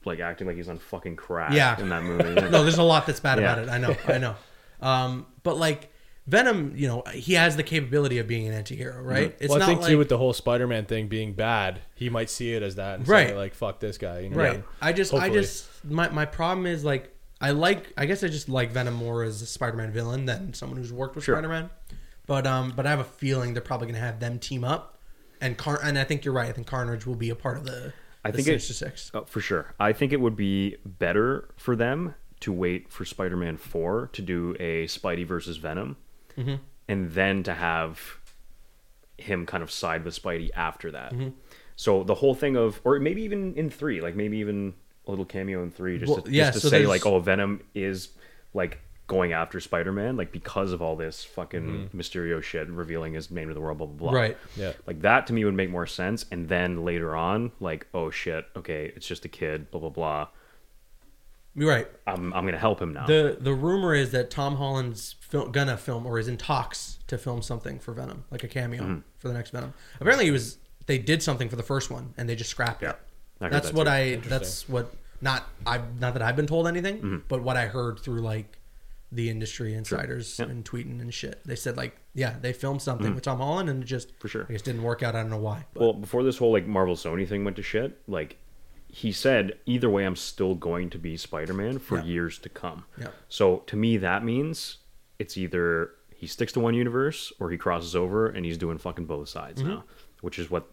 like acting like he's on fucking crack Yeah. in that movie. no, there's a lot that's bad about Yeah. it. I know, I know. Um, but like Venom, you know, he has the capability of being an anti-hero, right? Mm-hmm. It's well, I think too with the whole Spider-Man thing being bad, he might see it as that, and Right. Say, like fuck this guy, you know? Right. I just, I Hopefully. just, my, my problem is like, I like, I guess I just like Venom more as a Spider-Man villain than someone who's worked with Sure. Spider-Man. But, um, but I have a feeling they're probably going to have them team up, and Car, and I think you're right. I think Carnage will be a part of the. I the think it- Sinister Six. Oh, for sure. I think it would be better for them to wait for Spider Man 4 to do a Spidey versus Venom Mm-hmm. and then to have him kind of side with Spidey after that. Mm-hmm. So the whole thing of, or maybe even in 3, like maybe even a little cameo in 3 just Well, to, yeah, just to so say, there's- like, oh, Venom is like going after Spider Man, like because of all this fucking Mysterio shit revealing his name to the world, blah, blah, blah. Right. Yeah. Like that to me would make more sense. And then later on, like, oh shit, okay, it's just a kid, blah blah blah. You're right. I'm I'm gonna help him now. The the rumor is that Tom Holland's fil- gonna film or is in talks to film something for Venom, like a cameo Mm-hmm. for the next Venom. Apparently, he was they did something for the first one and they just scrapped Yeah. it. I heard That's that what too. I. That's what not I not that I've been told anything, Mm-hmm. but what I heard through like the industry insiders Yeah. Mm-hmm. and tweeting and shit. They said like, yeah, they filmed something with Tom Holland and it just For sure. I guess didn't work out. I don't know why. well, before this whole like Marvel Sony thing went to shit, like he said, either way, I'm still going to be Spider Man for Yeah. years to come. Yeah. So to me, that means it's either he sticks to one universe or he crosses over and he's doing fucking both sides now, which is what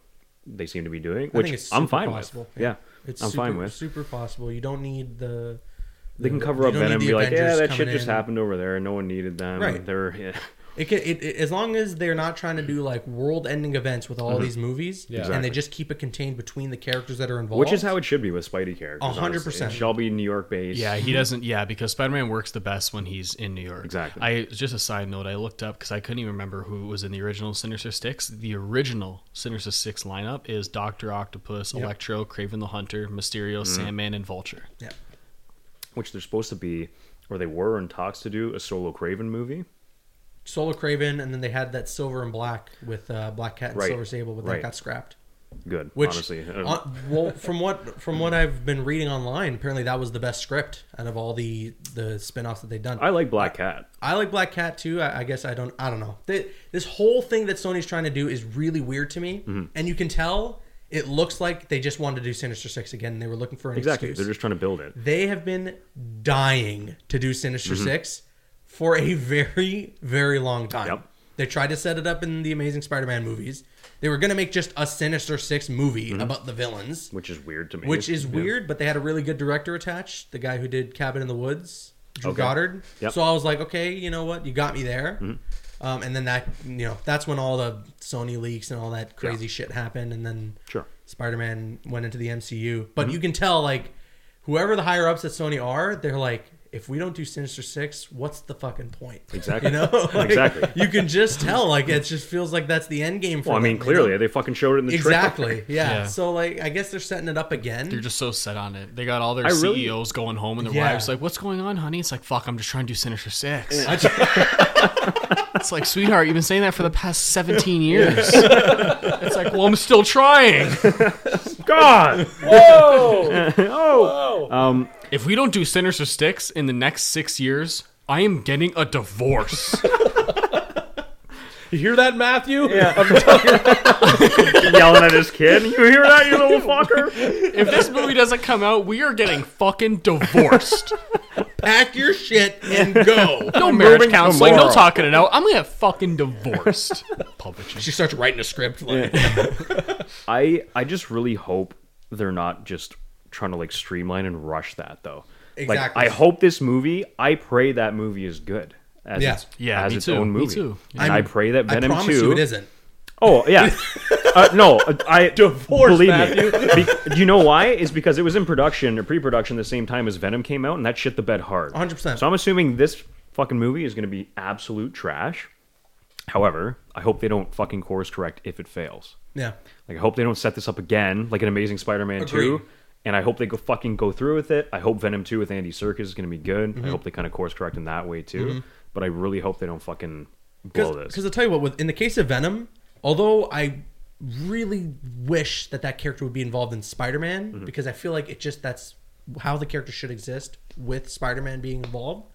they seem to be doing. Mm-hmm. I Which think it's I'm super fine possible. with. Yeah, It's I'm super, fine with. super possible. You don't need the. They can the- cover you up don't need Venom and the be like, yeah, Avengers that shit coming just in." happened over there. No one needed them. Right. They're, yeah. It can, it, it- as long as they're not trying to do like world-ending events with all these movies, Yeah. and they Mm-hmm. Exactly. just keep it contained between the characters that are involved, Which is how it should be with Spidey characters. A hundred honestly. percent. It should all be New York based. Yeah, he doesn't. Yeah, because Spider Man works the best when he's in New York. Exactly. I just a side note. I looked up because I couldn't even remember who was in the original Sinister Six. The original Sinister Six lineup is Doctor Octopus, Electro, Craven the Hunter, Mysterio, Mm-hmm. Sandman, and Vulture. Yeah. Which they're supposed to be, or they were in talks to do a solo Craven movie. Solar Craven, and then they had that Silver and Black with uh, Black Cat and Right. Silver Sable, but that Right. got scrapped. Good. Which, honestly. Uh, on- well, from what from what I've been reading online, apparently that was the best script out of all the the spin-offs that they've done. I like Black Cat. I like Black Cat too. I, I guess I don't. I don't know. Th- This whole thing that Sony's trying to do is really weird to me, Mm-hmm. and you can tell it looks like they just wanted to do Sinister Six again. and They were looking for an Exactly. excuse. They're just trying to build it. They have been dying to do Sinister Six for a very, very long time. Yep. They tried to set it up in the Amazing Spider-Man movies. They were going to make just a Sinister Six movie about the villains, Which is weird to me. which is Yeah. weird, but they had a really good director attached, the guy who did Cabin in the Woods, Drew Okay. Goddard. Yep. Mm-hmm. So I was like, okay, you know what? You got me there. Um, and then that, you know, that's when all the Sony leaks and all that crazy shit happened. And then Sure. Mm-hmm. Spider-Man went into the MCU. But you can tell, like, whoever the higher ups at Sony are, they're like, if we don't do Sinister Six, what's the fucking point? Exactly. You know, Like, Exactly. You can just tell, like, it just feels like that's the end game for. Well, I them, mean, you know? clearly they fucking showed it in the trailer. Exactly. Yeah. Yeah. So, like, I guess they're setting it up again. They're just so set on it. They got all their I really- CEOs going home and their Yeah. wives like, "What's going on, honey?" It's like, "Fuck, I'm just trying to do Sinister 6. It's like, "Sweetheart, you've been saying that for the past 17 years." It's like, "Well, I'm still trying." God. Whoa! oh. If we don't do Sinister Six in the next six years, I am getting a divorce. You hear that, Matthew? Yelling at his kid. You hear that, you little fucker? If this movie doesn't come out, we are getting fucking divorced. Pack your shit and go. No marriage moving counseling, no tomorrow. talking it out. I'm gonna get fucking divorced. Publishing. she starts writing a script. Like, I I just really hope they're not just trying to like streamline and rush that though. Like Exactly. I hope this movie. I pray that movie is good. As Yeah. its, Yeah, as me its too, own me movie. too. And i I'm- pray that I Venom promise Two. you, it isn't. Oh yeah, uh, no, I Divorce, Believe Matthew. me. Be- do you know why? Is because it was in production or pre-production the same time as Venom came out, and that shit the bed hard. 100%. So I'm assuming this fucking movie is going to be absolute trash. However, I hope they don't fucking course correct if it fails. Yeah. Like I hope they don't set this up again, like an Amazing Spider-Man Agreed. two. And I hope they go fucking go through with it. I hope Venom two with Andy Serkis is going to be good. Mm-hmm. I hope they kind of course correct in that way too. But I really hope they don't fucking blow this. Because I'll tell you what, with, in the case of Venom, although I really wish that that character would be involved in Spider-Man, Mm-hmm. because I feel like it just that's how the character should exist with Spider-Man being involved.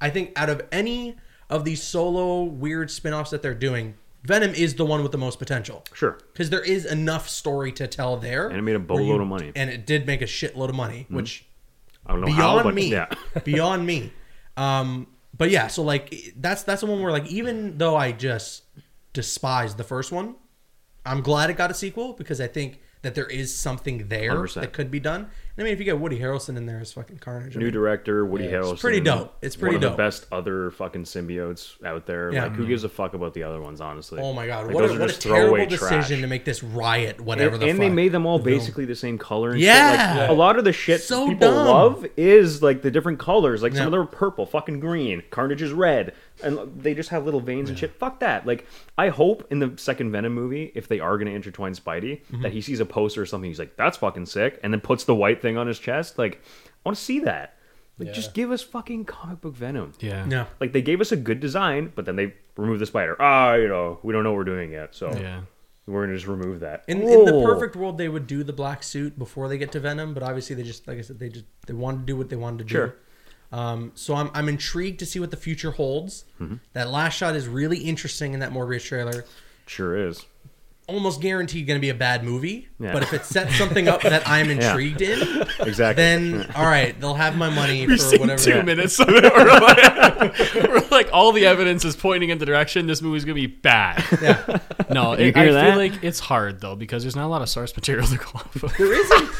I think out of any of these solo weird spin-offs that they're doing, Venom is the one with the most potential. Sure. Because there is enough story to tell there. And it made a where you- boatload of money. Mm-hmm. And it did make a shitload of money, which I don't know beyond how, but me yeah. beyond me um but yeah so like that's that's the one where like even though i just despise the first one i'm glad it got a sequel because i think that there is something there 100%. that could be done and i mean if you get woody harrelson in there as fucking carnage I New mean, director Woody Harrelson. pretty dope. It's pretty one dope. Of the best other fucking symbiotes out there. Yeah. Mm-hmm. Like who gives a fuck about the other ones? Honestly. oh my god Like, what, those a, are what a just throwaway terrible decision to make this riot whatever and, the and fuck they made them all The villain. basically the same color. And Yeah. shit. Like, a lot of the shit So people dumb. love is like the different colors. Like Yeah. some of them are purple, fucking green. Carnage is red, and they just have little veins and shit. Fuck that. Like I hope in the second Venom movie, if they are gonna intertwine Spidey, Mm-hmm. that he sees a poster or something, he's like, "That's fucking sick," and then puts the white thing on his chest. Like I want to see that. Like just give us fucking comic book Venom. Yeah. yeah Like they gave us a good design, but then they removed the spider. Ah, you know, we don't know what we're doing yet, so Yeah. we're gonna just remove that. Oh. in, in the Whoa. perfect world they would do the black suit before they get to venom but obviously they just like i said they just they wanted to do what they wanted to do Sure. Um, so I'm, I'm intrigued to see what the future holds. Mm-hmm. That last shot is really interesting in that Morbius trailer. Sure is. Almost guaranteed going to be a bad movie, Yeah. but if it sets something up that I'm intrigued in, Exactly. then all right, they'll have my money We've for seen whatever. two minutes of it. We're like, we're like, all the evidence is pointing in the direction this movie's gonna be bad. Yeah. No, it, I hear feel that? like it's hard though because there's not a lot of source material to go off of. There isn't.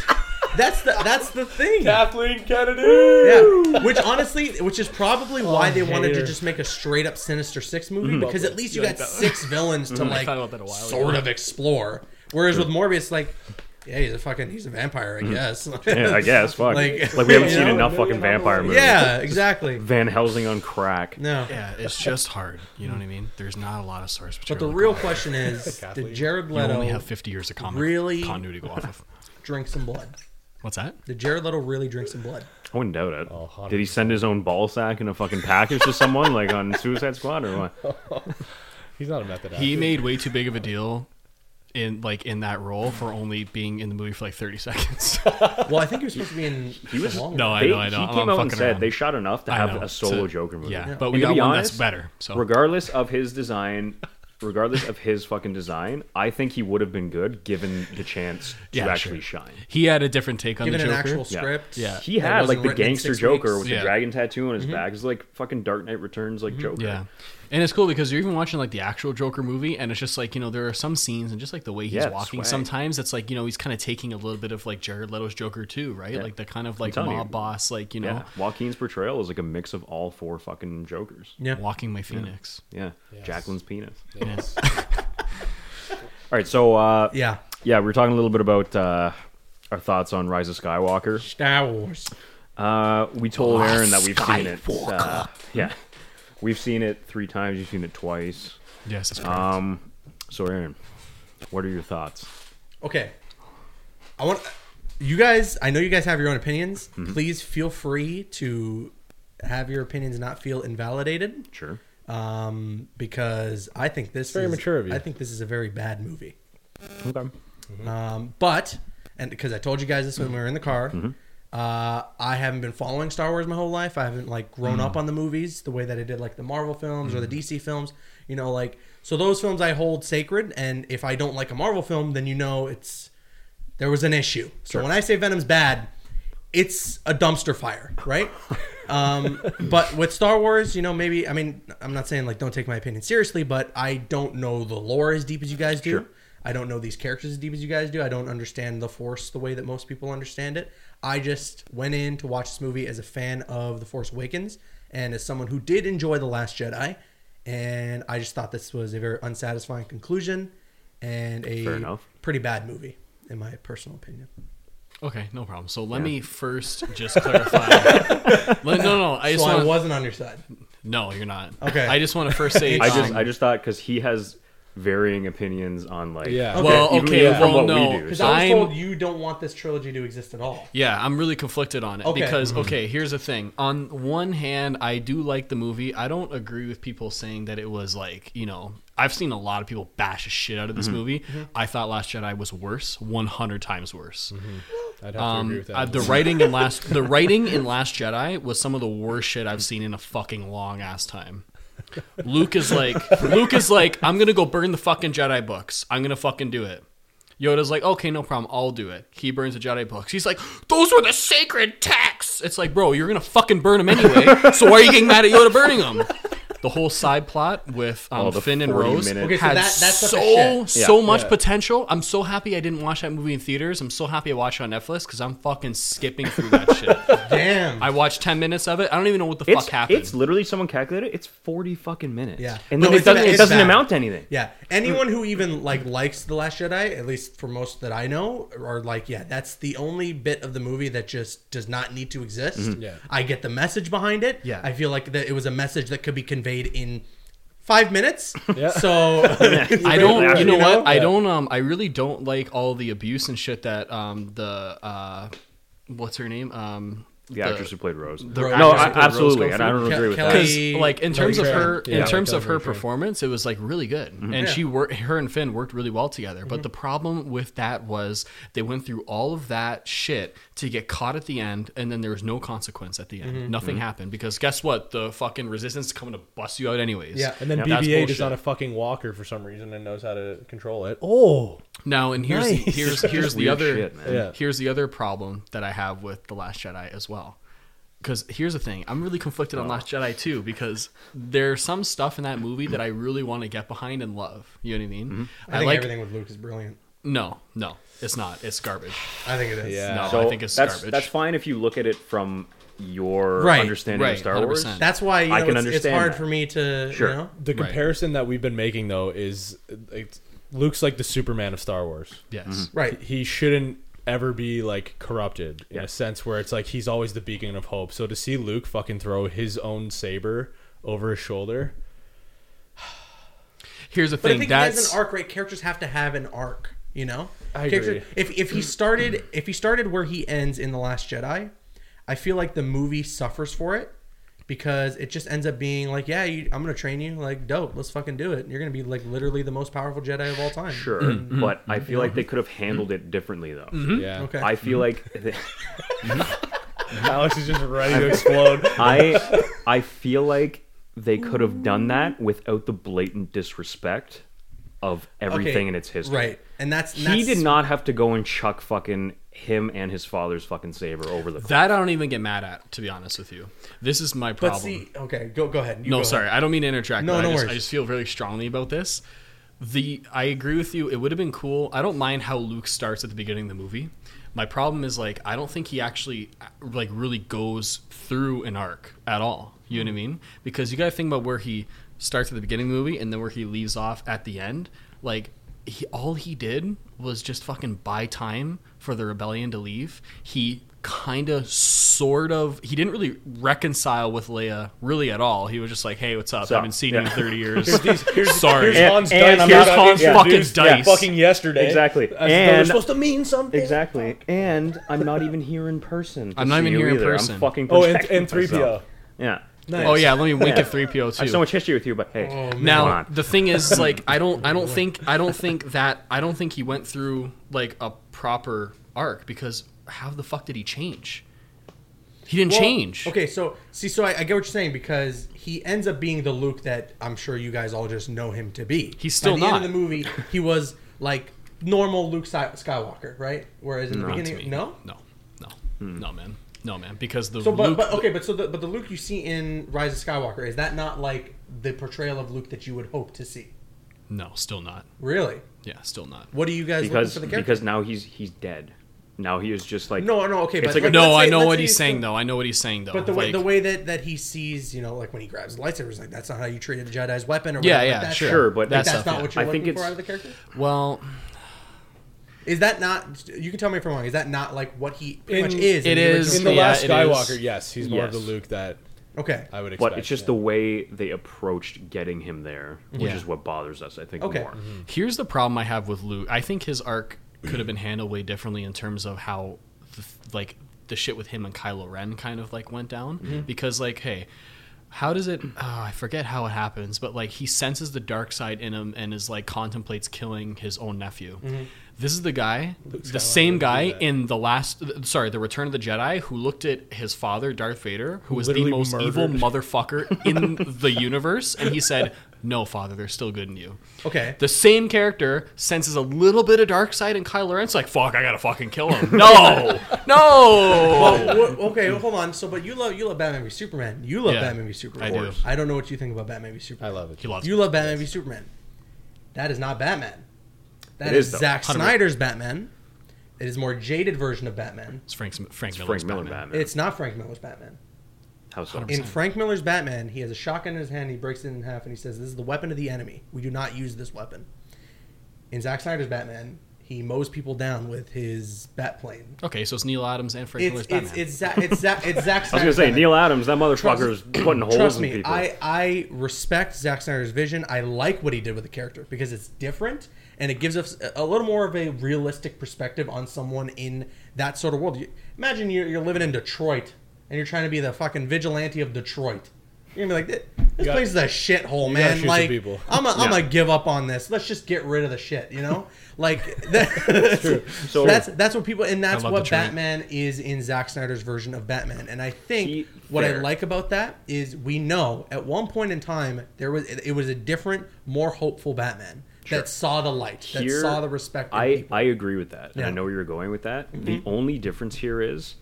That's the that's the thing. Kathleen Kennedy. Yeah. Which honestly, which is probably Oh, why they wanted to hater. just make a straight up Sinister Six movie Mm-hmm. because at least you got six villains to like Mm-hmm. thought about that a while ago. sort of explore. Whereas with Morbius, like, yeah, he's a fucking he's a vampire, I Mm-hmm. guess. Yeah, I guess. Fuck. Like- Like, we haven't You seen know, enough fucking vampire movies. Yeah, exactly. Van Helsing on crack. No. Yeah, it's just hard. You know what I mean? There's not a lot of source But material. to the go real off of. question is, did Jared you only Leto have 50 years of comic really- continuity to go off of. drink some blood? What's that? Did Jared Leto really drink some blood? I wouldn't doubt it. Oh, Did he send his own ball sack in a fucking package to someone like on Suicide Squad or what? He's not a method actor. He made way too big of a deal in like in that role for only being in the movie for like 30 seconds. Well, I think he was supposed to be in he was- No, I They- know, I know. He I'm came out and fucking said around. they shot enough to I have know. a solo So- Joker movie. Yeah, but And we to got be one that's honest, better. So Regardless of his design, regardless of his fucking design, I think he would have been good given the chance to Yeah, actually sure. shine. he had a different take on given the an Joker. actual Yeah. script. Yeah. He that had like wasn't the written in gangster six Joker weeks. Mm-hmm. with Yeah. Mm-hmm. the dragon tattoo on his back. It's like fucking Dark Knight Returns like Joker. Yeah. And it's cool because you're even watching like the actual Joker movie, and it's just like you know there are some scenes and just like the way he's Yeah, walking. swag. Sometimes it's like you know he's kind of taking a little bit of like Jared Leto's Joker too, right? Like the kind of like telling mob you. boss, like you know, Yeah, Joaquin's portrayal is like a mix of all four fucking Jokers. Yeah. walking my phoenix. Yeah, Jacqueline's penis. Yes. All right, so uh, yeah. Yeah. we were talking a little bit about uh, our thoughts on Rise of Skywalker. Star Wars. Uh, we told Aaron that we've seen it. uh, yeah, we've seen it three times. You've seen it twice. yes, that's correct. Um, so Aaron, what are your thoughts? Okay. I want you guys. I know you guys have your own opinions. Mm-hmm. Please feel free to have your opinions not feel invalidated. Sure. Um, because I think this Very is, mature of you. I think this is a very bad movie. Okay. Um, but and because I told you guys this when we were in the car, Uh, I haven't been following Star Wars my whole life. I haven't like grown up on the movies the way that I did like the Marvel films or the DC films. You know, like so those films I hold sacred, and if I don't like a Marvel film, then you know it's there was an issue. So when I say Venom's bad, it's a dumpster fire, right? um, but with Star Wars, you know, maybe I mean I'm not saying like don't take my opinion seriously, but I don't know the lore as deep as you guys do. I don't know these characters as deep as you guys do. I don't understand the Force the way that most people understand it. I just went in to watch this movie as a fan of The Force Awakens and as someone who did enjoy The Last Jedi. And I just thought this was a very unsatisfying conclusion and a Fair enough. pretty bad movie, in my personal opinion. Okay, no problem. So let me first just clarify. Let- no, no, I just so I want. wasn't on your side. No, you're not. Okay. I just want to first say. I um, just I just thought because he has varying opinions on like Yeah. Okay. Well, even- okay, even from well, what no, we do, 'cause Because I was I'm- told you don't want this trilogy to exist at all. Yeah, I'm really conflicted on it Okay. because okay, here's the thing. On one hand, I do like the movie. I don't agree with people saying that it was like, you know, I've seen a lot of people bash the shit out of this movie. I thought Last Jedi was worse, 100 times worse. I'd have to agree Um, with that. uh, the writing in last the writing in Last Jedi was some of the worst shit I've seen in a fucking long ass time. Luke is like Luke is like I'm gonna go burn the fucking Jedi books. I'm gonna fucking do it. Yoda's like okay, no problem. I'll do it. He burns the Jedi books. He's like those were the sacred texts. It's like bro, you're gonna fucking burn them anyway. So why are you getting mad at Yoda burning them? The whole side plot with um, Oh, the Finn and 40 Rose minute- Okay, so had that- that's what so the shit. so Yeah. much Yeah. potential. I'm so happy I didn't watch that movie in theaters. I'm so happy I watched it on Netflix because I'm fucking skipping through that shit. Damn. I watched 10 minutes of it. I don't even know what the It's, fuck happened. it's literally someone calculated. It's forty fucking minutes. Yeah. and No, then it it's- doesn't, it it's doesn't bad. amount to anything. yeah. Anyone who even like likes The Last Jedi, at least for most that I know, are like, yeah, that's the only bit of the movie that just does not need to exist. Yeah. I get the message behind it. Mm-hmm. Yeah. I feel like that it was a message that could be conveyed in five minutes. Yeah. So I don't. You You know know? what? I Yeah. don't. Um, I really don't like all the abuse and shit that um the uh, what's her name um The actress who played Rose. Rose. actress who No, I, played Rose absolutely, go and I don't Ke- agree with Kelly- that. because like in terms of Tran. her Yeah, in terms Kelly of her Tran. performance it was like really good Mm-hmm. and she worked her and finn worked really well together but the problem with that was they went through all of that shit to get caught at the end and then there was no consequence at the end Mm-hmm. nothing happened because guess what the fucking resistance is coming to bust you out anyways Yeah. and then That's BB-8 is bullshit. on a fucking walker for some reason and knows how to control it. Oh, Now, and here's Nice. here's here's the weird other shit, man. Yeah. here's the other problem that I have with the Last Jedi as well. Because here's the thing, I'm really conflicted Oh. on Last Jedi too because there's some stuff in that movie that I really want to get behind and love. You know what I mean? Mm-hmm. I think everything with Luke is brilliant. no, no, it's not. It's garbage. I think it is. Yeah. No, So I think it's that's garbage. that's fine if you look at it from your Right, understanding right, of Star Wars. 100%. That's why you know, I can it's, it's understand hard that. for me to Sure. you know the Right. comparison that we've been making though is it's, Luke's like the Superman of Star Wars. Yes. Mm-hmm. right. He shouldn't ever be like corrupted in Yeah. a sense where it's like he's always the beacon of hope. So to see Luke fucking throw his own saber over his shoulder, Here's the But I thing. think he has That's an arc, right? Characters have to have an arc, you know. I Character- agree. If if he started if he started where he ends in the Last Jedi, I feel like the movie suffers for it because it just ends up being like, yeah, you, I'm gonna train you, like, dope, let's fucking do it. You're gonna be like literally the most powerful Jedi of all time. sure, Mm-hmm. but I feel like they could have handled it differently though. yeah. Okay. I feel like Alex is just ready to explode. I I feel like they could have done that without the blatant disrespect of everything in its history. Right. And that's, and He that's did not have to go and chuck fucking him and his father's fucking saber over the. that I don't even get mad at. To be honest with you, this is my But problem. see, okay, go go ahead. You no, go sorry, I don't mean to interject. No, but no I just, worries. I just feel very strongly about this. The I agree with you. It would have been cool. I don't mind how Luke starts at the beginning of the movie. My problem is like I don't think he actually like really goes through an arc at all. You know what I mean? Because you got to think about where he starts at the beginning of the movie and then where he leaves off at the end. Like he, all he did was just fucking buy time for the rebellion to leave. He kind of, sort of, he didn't really reconcile with Leia really at all. He was just like, "Hey, what's up? So, I haven't seen you in yeah. thirty years. Sorry." Here's Hans Dice. and here's I'm not Hans introduced fucking Dice. Fucking yesterday. Exactly. As though they're And- supposed to mean something. Exactly, and I'm not even here in person. to I'm not see even you here in either. person. I'm fucking. Oh, and- protecting and 3PO. myself. Yeah. oh yeah, let me wink at three PO I too. have so much history with you, but hey, Oh, come now on. the thing is, is, like, I don't, I don't think, I don't think that, I don't think he went through like a proper arc because how the fuck did he change? He didn't Well, change. Okay, so see, so I, I get what you're saying because he ends up being the Luke that I'm sure you guys all just know him to be. He's By still the not. end of the movie. He was like normal Luke Si- Skywalker, right? Whereas in the Not to beginning, me. no. no, no, no, man, no, man. Because the So, but, Luke, but okay, but so the, but the Luke you see in Rise of Skywalker is that not like the portrayal of Luke that you would hope to see? no, still not. Really? Yeah, still not. What do you guys because looking for the character? because now he's he's dead. Now he is just like no, no, okay, It's but like a- like, No, let's I say- know let's what say he's it's saying the- though. I know what he's saying though. But the way Oh, Like, the way that, that he sees, you know, like when he grabs the lightsaber, he's like that's not how you treated a Jedi's weapon, or Yeah, whatever. yeah, like, that's sure. Sure, but like, that that's stuff, not yeah. what you're I looking think for it's- out of the character. well, Is that not? You can tell me if I'm wrong. Is that not like what he pretty In- much is? it in the is- original- in the Yeah, last it Skywalker, is. yes, he's more of the Yes. Luke that Okay. I would expect. but it's just yeah. the way they approached getting him there, which Yeah. is what bothers us. I think Okay. Mm-hmm. more. Here's the problem I have with Luke. I think his arc could have been handled way differently in terms of how, the, like, the shit with him and Kylo Ren kind of like went down. Mm-hmm. Because like, hey, how does it? Oh, I forget how it happens, but like he senses the dark side in him and is like contemplates killing his own nephew. Mm-hmm. This is the guy, the same guy in the last, th- sorry, the Return of the Jedi, who looked at his father, Darth Vader, who was the literally most evil murdered. motherfucker in the universe, and he said, "No, father, there's still good in you." Okay. The same character senses a little bit of dark side in Kylo Ren. It's like, fuck, I gotta fucking kill him. No, no. Well, Oh, wha- okay, well, hold on. So, but you love you love Batman v Superman. You love Yeah, Batman v Superman. I do. I don't know what you think about Batman v I Superman. love it. He loves You love Batman v Superman. That is not Batman. That It is, is, though. Zack 100%. Snyder's Batman. It is more jaded version of Batman. It's Frank, Frank, It's Miller's Frank Miller Batman. Batman. It's not Frank Miller's Batman. How so? In Frank Miller's Batman, he has a shotgun in his hand. He breaks it in half and he says, "This is the weapon of the enemy. We do not use this weapon." In Zack Snyder's Batman, he mows people down with his bat plane. Okay, so it's Neil Adams and Frank It's Miller's it's Batman. it's Zack it's Zack it's I Zack. was gonna Snyder's say Batman. Neil Adams. That Trust- motherfucker was putting holes Trust in me, people. I I respect Zack Snyder's vision. I like what he did with the character because it's different and it gives us a- a little more of a realistic perspective on someone in that sort of world. You, imagine you're, you're living in Detroit and you're trying to be the fucking vigilante of Detroit. You're gonna be like, "Th- this got- place is a shithole, you gotta man. shoot some Like, people. I'm a, I'm Yeah. gonna give up on this. Let's just get rid of the shit, you know? Like, that, So- that's that's what people, and that's love what Detroit. Batman is in Zack Snyder's version of Batman. And I think He- what I fair. like about that is we know at one point in time there was it, it was a different, more hopeful Batman that saw the light, that Here- saw the respect. in I, people. I agree with that. And Yeah. Mm-hmm. I know where you're going with that. The only difference here is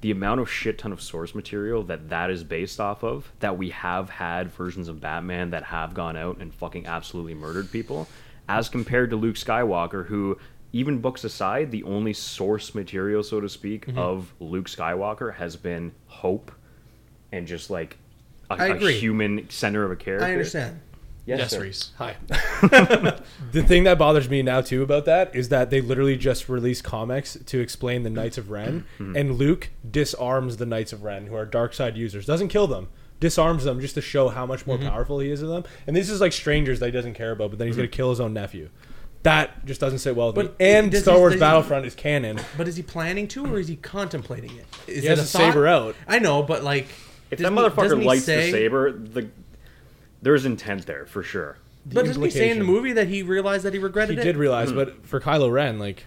the amount of shit ton of source material that that is based off of that we have had versions of Batman that have gone out and fucking absolutely murdered people as compared to Luke Skywalker who even books aside the only source material so to speak Mm-hmm. of Luke Skywalker has been hope and just like a, I a agree. human center of a character. I understand. Yes, yes, sir. Reese. Hi. the thing that bothers me now too about that is that they literally just released comics to explain the Knights of Ren, Hmm. and Luke disarms the Knights of Ren, who are dark side users. Doesn't kill them, disarms them just to show how much Hmm. more powerful he is than them. And this is like strangers that he doesn't care about, but then he's gonna kill his own nephew. That just doesn't sit well with But me. And does Star he- Wars does he- Battlefront is canon. But is he planning to, or is he contemplating it? Is He has it a saber thought? out. I know, but like, If doesn't he- that doesn't motherfucker he lights say- the saber, the there's intent there for sure. but doesn't he say in the implication. movie that he realized that he He regretted it? Hmm. did realize, but for Kylo Ren, like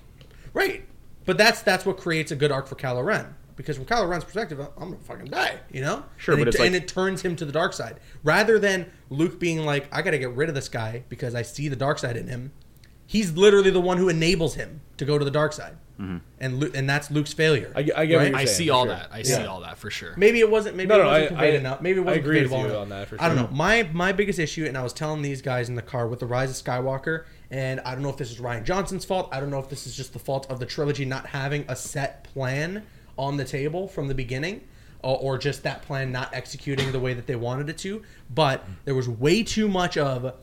Right. But that's that's what creates a good arc for Kylo Ren. Because from Kylo Ren's perspective, I'm gonna fucking die, you know. Sure, and but it, it's like- and it turns him to the dark side rather than Luke being like, "I gotta get rid of this guy because I see the dark side in him." He's literally the one who enables him to go to the dark side, and Lu- and that's Luke's failure. Mm-hmm. I, I get what Right? you're I saying, see for all sure. that. I Yeah. see all that for sure. Maybe it wasn't. Maybe No, it no, wasn't I- conveyed I- enough. Maybe it I wasn't agree conveyed with you well on that, for I don't sure. know. My my biggest issue, and I was telling these guys in the car with the Rise of Skywalker, and I don't know if this is Ryan Johnson's fault. I don't know if this is just the fault of the trilogy not having a set plan on the table from the beginning, or, or just that plan not executing the way that they wanted it to. But there was way too much of.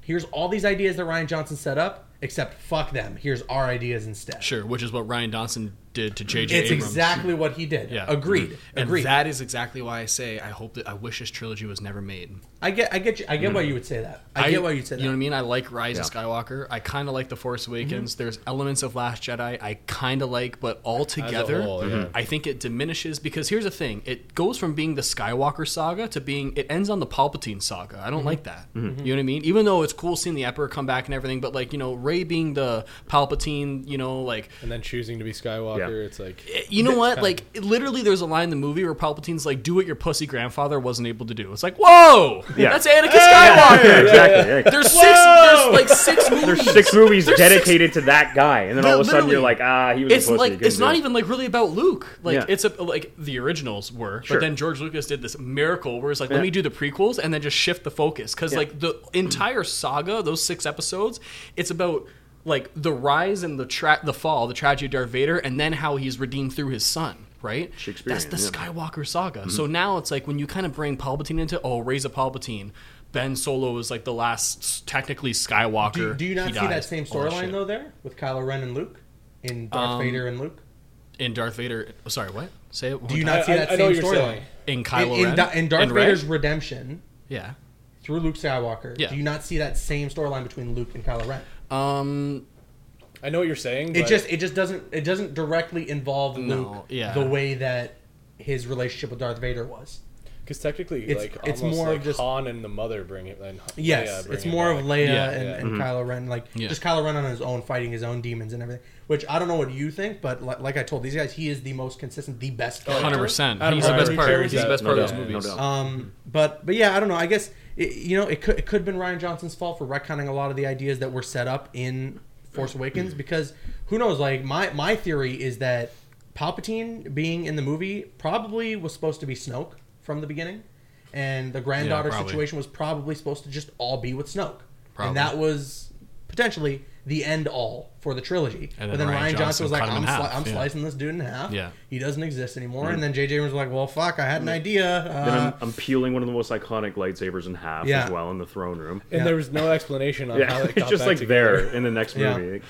Here's all these ideas that Ryan Johnson set up, except fuck them. Here's our ideas instead. Sure, which is what Ryan Dawson did to JJ It's Abrams. exactly what he did. Yeah. Agreed. and Agreed. that is exactly why I say I hope that I wish this trilogy was never made. I get, I get, you, I get why you would say that. I, get why you'd say that. You know what Mm-hmm. I mean? I like Rise of Yeah. Skywalker. I kind of like The Force Awakens. Mm-hmm. There's elements of Last Jedi I kind of like, but altogether, whole, yeah. I think it diminishes because here's the thing: it goes from being the Skywalker saga to being it ends on the Palpatine saga. I don't Mm-hmm. like that. You know what I mean? Even though it's cool seeing the Emperor come back and everything, but like you know, Ray being the Palpatine, you know, like And then choosing to be Skywalker. Joker. It's like You know what? Like, literally, there's a line in the movie where Palpatine's like, "Do what your pussy grandfather wasn't able to do." It's like, whoa, Yeah. that's Anakin Skywalker. Yeah, exactly. yeah. There's six. There's like six movies. There's six movies There's six- dedicated to that guy, and then all of a sudden you're Literally. like, ah, he was It's a pussy. like couldn't it's do not it. even like really about Luke. Like Yeah. it's a like the originals were, Sure. but then George Lucas did this miracle where it's like, let Yeah. me do the prequels and then just shift the focus because Yeah. like the entire saga, those six episodes, it's about like the rise and the tra- the fall, the tragedy of Darth Vader, and then how he's redeemed through his son. Right, Shakespearean, That's the yeah. Mm-hmm. Skywalker saga. So now it's like when you kind of bring Palpatine into oh, raise a Palpatine. Ben Solo is like the last s- technically Skywalker. Do, do you not He see that dies. same All storyline shit. Um, though? There with Kylo Ren and Luke, in Darth Vader and Luke. in Darth Vader? Sorry, what? Say it. one Do you time. not I- see I- that I know same what you're storyline saying. In in, Kylo in, Ren? Da- in Darth Ren? Vader's redemption Yeah. through Luke Skywalker? Yeah. Do you not see that same storyline between Luke and Kylo Ren? Um. I know what you're saying. It but just it just doesn't it doesn't directly involve No, Luke yeah. the way that his relationship with Darth Vader was. because technically, it's- like it's it's more more of like just- Han and the mother bring it. And Leia Yes, bring it's it more of back. Leia Yeah, and, yeah. and Kylo Ren, like Mm-hmm. Yeah. just Kylo Ren on his own fighting his own demons and everything. Which I don't know what you think, but li- like I told these guys, he is the most consistent, the Oh, best. character. Hundred percent. Adam He's the best Driver part. carries He's the that, best no part of doubt, those no movies. doubt. Um, but but yeah, I don't know. I guess it, you know it could it could have been Ryan Johnson's fault for retconning a lot of the ideas that were set up in Force Mm. Awakens because who knows? Like my my theory is that Palpatine being in the movie probably was supposed to be Snoke from the beginning, and the granddaughter probably. situation was probably supposed to just all be with Snoke, Probably. and that was potentially the end all for the trilogy. And but then then Ryan, Rian Johnson, Johnson was like, cut him I'm, in sli- half, I'm yeah. slicing this dude in half. Yeah. Mm. he doesn't exist anymore. And then J.J. Abrams was like, well, fuck, I had an idea. Uh, Then I'm, I'm peeling one of the most iconic lightsabers in half Yeah. as well in the throne room. And Yeah. there was no explanation on how Yeah, it it's got just back like together. there in the next Yeah. movie.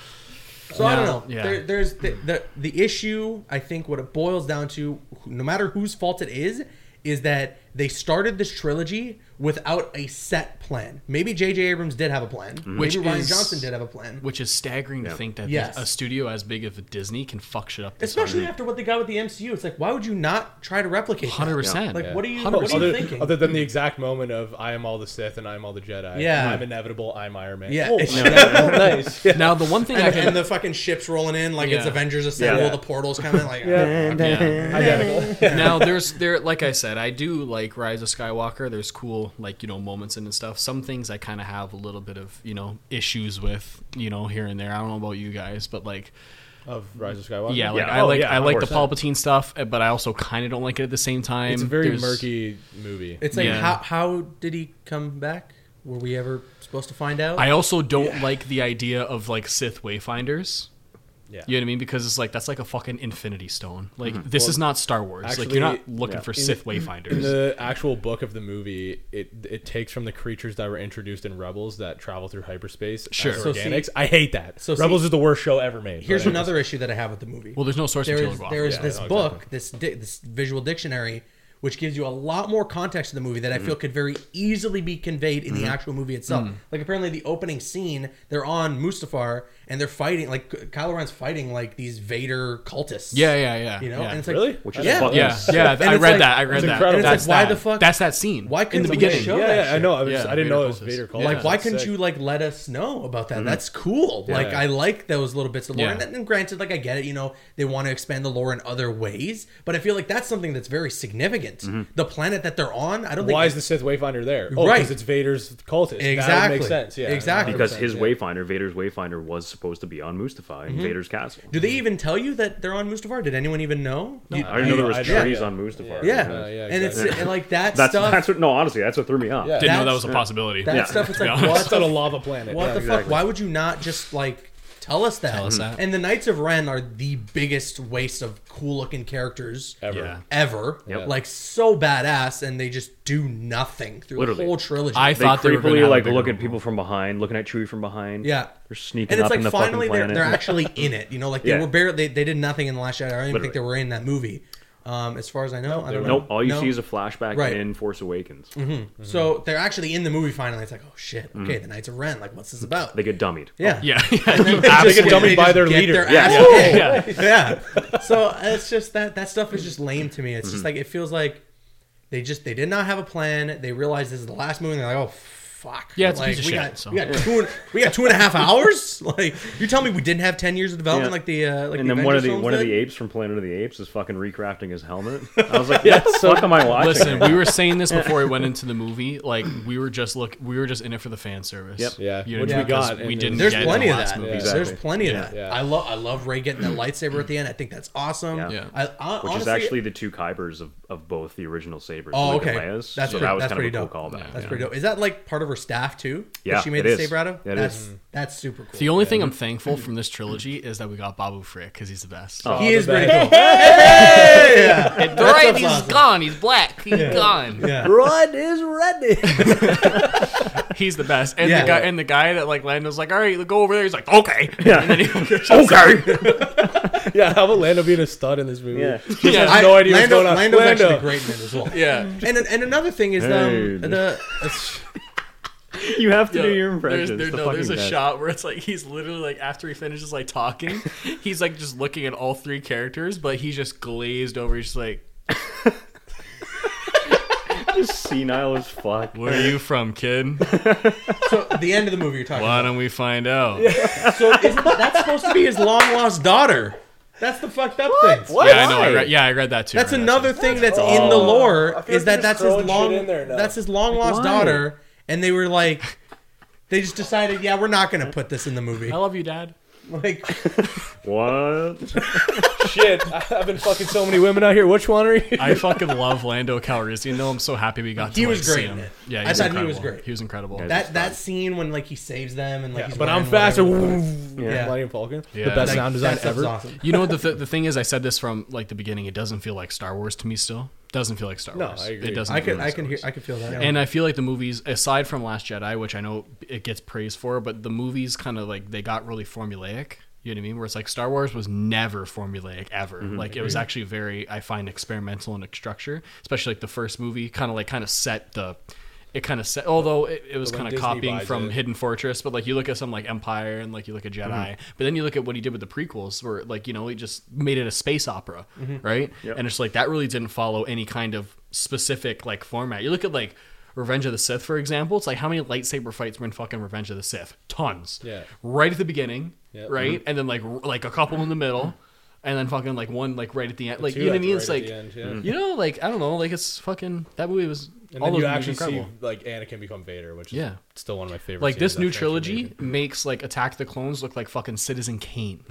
So I don't know. Yeah. There, there's the, the the issue. I think what it boils down to, no matter whose fault it is, is that they started this trilogy without a set plan. Maybe J.J. Abrams did have a plan. Which Maybe Ryan is- Johnson did have a plan. Which is staggering to think that Yes. a studio as big as Disney can fuck shit up. This Especially after what they got with the MCU, it's like why would you not try to replicate? that? hundred percent. Like what are you? What are you Other, thinking? other than the exact moment of I am all the Sith and I am all the Jedi. Yeah. I'm inevitable. I'm Iron Man. yeah. Oh, it's- nice. Yeah. Now the one thing I And, can and the fucking ships rolling in like it's Yeah. Avengers Assemble. Yeah. The portals coming like Oh, yeah. Identical. now there's there like I said, I do like Rise of Skywalker. There's cool like you know moments in it and stuff. Some things I kind of have a little bit of you know issues with you know here and there. I don't know about you guys, but like of Rise of Skywalker. yeah, like Yeah. I Oh, like yeah, I like the 100%. Palpatine stuff, eh, but I also kind of don't like it at the same time. It's a very um, There's- murky movie. It's like Yeah. how how did he come back? Were we ever supposed to find out? I also don't like the idea of like Sith wayfinders. yeah. You know what I mean? Because it's like that's like a fucking infinity stone. Like Mm-hmm. this is not Star Wars. like actually, you're not looking yeah. for Sith wayfinders. In the actual book of the movie, it it takes from the creatures that were introduced in Rebels that travel through hyperspace Sure. as So see- organics. I hate that. so see- Rebels is the worst show ever made. Here's But another issue that I have with the movie. well, there's no source there material. is to go off there of. is Yeah, this no, book, this di- this visual dictionary, which gives you a lot more context to the movie that Mm-hmm. I feel could very easily be conveyed in the actual movie Mm. itself. Like apparently the opening scene, they're on Mustafar and they're fighting like Kylo Ren's fighting like these Vader cultists. Yeah, yeah, yeah. You know, yeah. and it's like Really? Which is Yeah. fucking yeah, sick. yeah. I it's read like- that. I read it's that. incredible. That's It's like, why that. the fuck- That's that scene. why in couldn't the we beginning? show- yeah, that yeah, I shit. know. I, was, Yeah, I didn't Vader know it was cultists. Vader Cult. Yeah. Like, why couldn't you like let us know about Mm-hmm. that? That's cool. Like, Yeah. I like those little bits of lore. Yeah. And, and granted, like I get it. You know, they want to expand the lore in other ways, but I feel like that's something that's very significant. Mm-hmm. The planet that they're on, I don't. Why think is the Sith Wayfinder there? Oh, Right. because it's Vader's cultist. That Exactly. makes sense. Yeah. Exactly. Because 100%, his yeah. Wayfinder, Vader's Wayfinder, was supposed to be on Mustafar in Vader's castle. Do they even tell you that they're on Mustafar? Did anyone even know? I didn't know there I- I- was yeah. trees on Mustafar. Yeah, Uh, yeah, and it's exactly. and, like that That's stuff. that's what no, honestly, that's what threw me off. Yeah. Didn't know that That's- was a possibility. that Yeah. stuff. It's To be like honest. what It's on a the lava planet. What Yeah, the fuck? exactly. Why would you not just like tell us that? Tell us that. And the Knights of Ren are the biggest waste of cool looking characters Ever. Yeah. ever. Yep. Like so badass, and they just do nothing through Literally. the whole trilogy. I They thought they were gonna creepily have a like bigger look at role. people from behind, looking at Chewie from behind. yeah. they're sneaking And it's up like in the finally fucking they're, planet. they're actually in it. You know, like they Yeah. were barely they, they did nothing in the last Jedi. I don't even Literally. think they were in that movie. Um, as far as I know, I don't know. Nope, all you No? see is a flashback Right. Mm-hmm. in Force Awakens. So they're actually in the movie finally. It's like, oh shit, okay, the Knights of Ren. Like, what's this about? Mm-hmm. They get Oh, dummied. yeah, Yeah, They get dummied by their leader. yeah, Yeah. yeah. So it's just that that stuff is just lame to me. It's just like it feels like they just they did not have a plan. They realized this is the last movie. and They're like, oh fuck. Yeah, it's a like, piece of we shit, Got, so. We got two. And, we got two and a half hours. Like you tell me, we didn't have ten years of development Yeah. like the uh, like and the then one of Avengers the films one of did? the apes from Planet of the Apes is fucking recrafting his helmet. I was like, what the fuck am I watching? Listen, we were saying this before we went into the movie. Like we were just look, we were just in it for the fan service. Yep. Yeah. You know, Which what I mean? we got, Because We and didn't. There's get it plenty in of the last that. movie. Yeah. There's Exactly. plenty of that. Yeah. I love I love Ray getting that lightsaber at the end. I think that's awesome. Yeah. Yeah. I, I, which is honestly- actually the two Kybers of, of both the original sabers. Oh, Luke and okay. Leia's. That's so pretty- that was that's kind pretty of a dope. cool callback. That's pretty dope. Is that like part of her staff too? That Yeah, she made it the is. saber out of. Yeah, it that's is. that's super cool. The only thing I'm thankful from this trilogy is that we got Babu Frick because he's the best. Oh, he is the pretty best. cool. Yeah. right, he's awesome. gone. He's black. He's gone. Yeah. Rod is ready. He's the best. And Yeah. the guy and the guy that like Lando's like, all right, go over there. He's like, okay. Yeah. Oh, And then he, okay. yeah, how about Lando being a stud in this movie? Yeah. He Yeah. has no I- idea what's Lando- going on. Lando's Lando. actually great in it as well. yeah. And and another thing is um, Hey. the You have to Yo, do your there's, impressions. there- the no, there's a fucking best. shot where it's like he's literally like after he finishes like talking, he's like just looking at all three characters, but he's just glazed over. He's just like, Just senile as fuck. "Where are you from, kid? so the end of the movie you're talking Why don't we find out?" about. So isn't that's supposed to be his long lost daughter? That's the fucked up thing. Yeah, I know. I read, yeah, I read that too. That's I read that another thing that's in the lore Oh, feel is like that you're that's throwing his shit long in there now. that's his long lost daughter, and they were like, they just decided, yeah, we're not gonna put this in the movie. too. I love you, Dad. Like, What? Shit, I've been fucking so many women out here. Which one are you? I fucking love Lando Calrissian. though. I'm so happy we got. He to, was like, great See him. in it. Yeah, I thought he was great. He was incredible. Yeah. that that scene when like he saves them and like he's But I'm wearing faster. whatever the fuck- Yeah. Millennium Falcon. Yeah. The best Like, sound design that stuff's ever. Awesome. You know what the, th- the thing is? I said this from like the beginning. It doesn't feel like Star Wars to me. Still doesn't feel like Star No, Wars. I agree. It doesn't. I feel can like I Star can hear Wars. I can feel that. And I feel like the movies, aside from Last Jedi, which I know it gets praised for, but the movies kind of like they got really formulaic. You know what I mean? Where it's like Star Wars was never formulaic ever. Mm-hmm. Like it was actually very, I find, experimental in its structure. Especially like the first movie, kind of like kind of set the. It kind of set, although it, it was But when kind of Disney copying buys from it- Hidden Fortress. But like you look at some like Empire and like you look at Jedi, Mm-hmm. but then you look at what he did with the prequels, where like you know he just made it a space opera, Mm-hmm. right? And it's like that really didn't follow any kind of specific like format. You look at like Revenge of the Sith, for example. It's like how many lightsaber fights were in fucking Revenge of the Sith? Tons. Yeah. Mm-hmm. Right at the beginning, Yeah. right, and then like r- like a couple in the middle. And then fucking like one like right at the end, like two you know what I at- mean? It's right at like the end, yeah. you know, like I don't know, like it's fucking that movie was And all then those movies you actually incredible see like Anakin become Vader, which is Yeah. still one of my favorite. like this scenes, new that trilogy transformation. makes like Attack of the Clones look like fucking Citizen Kane.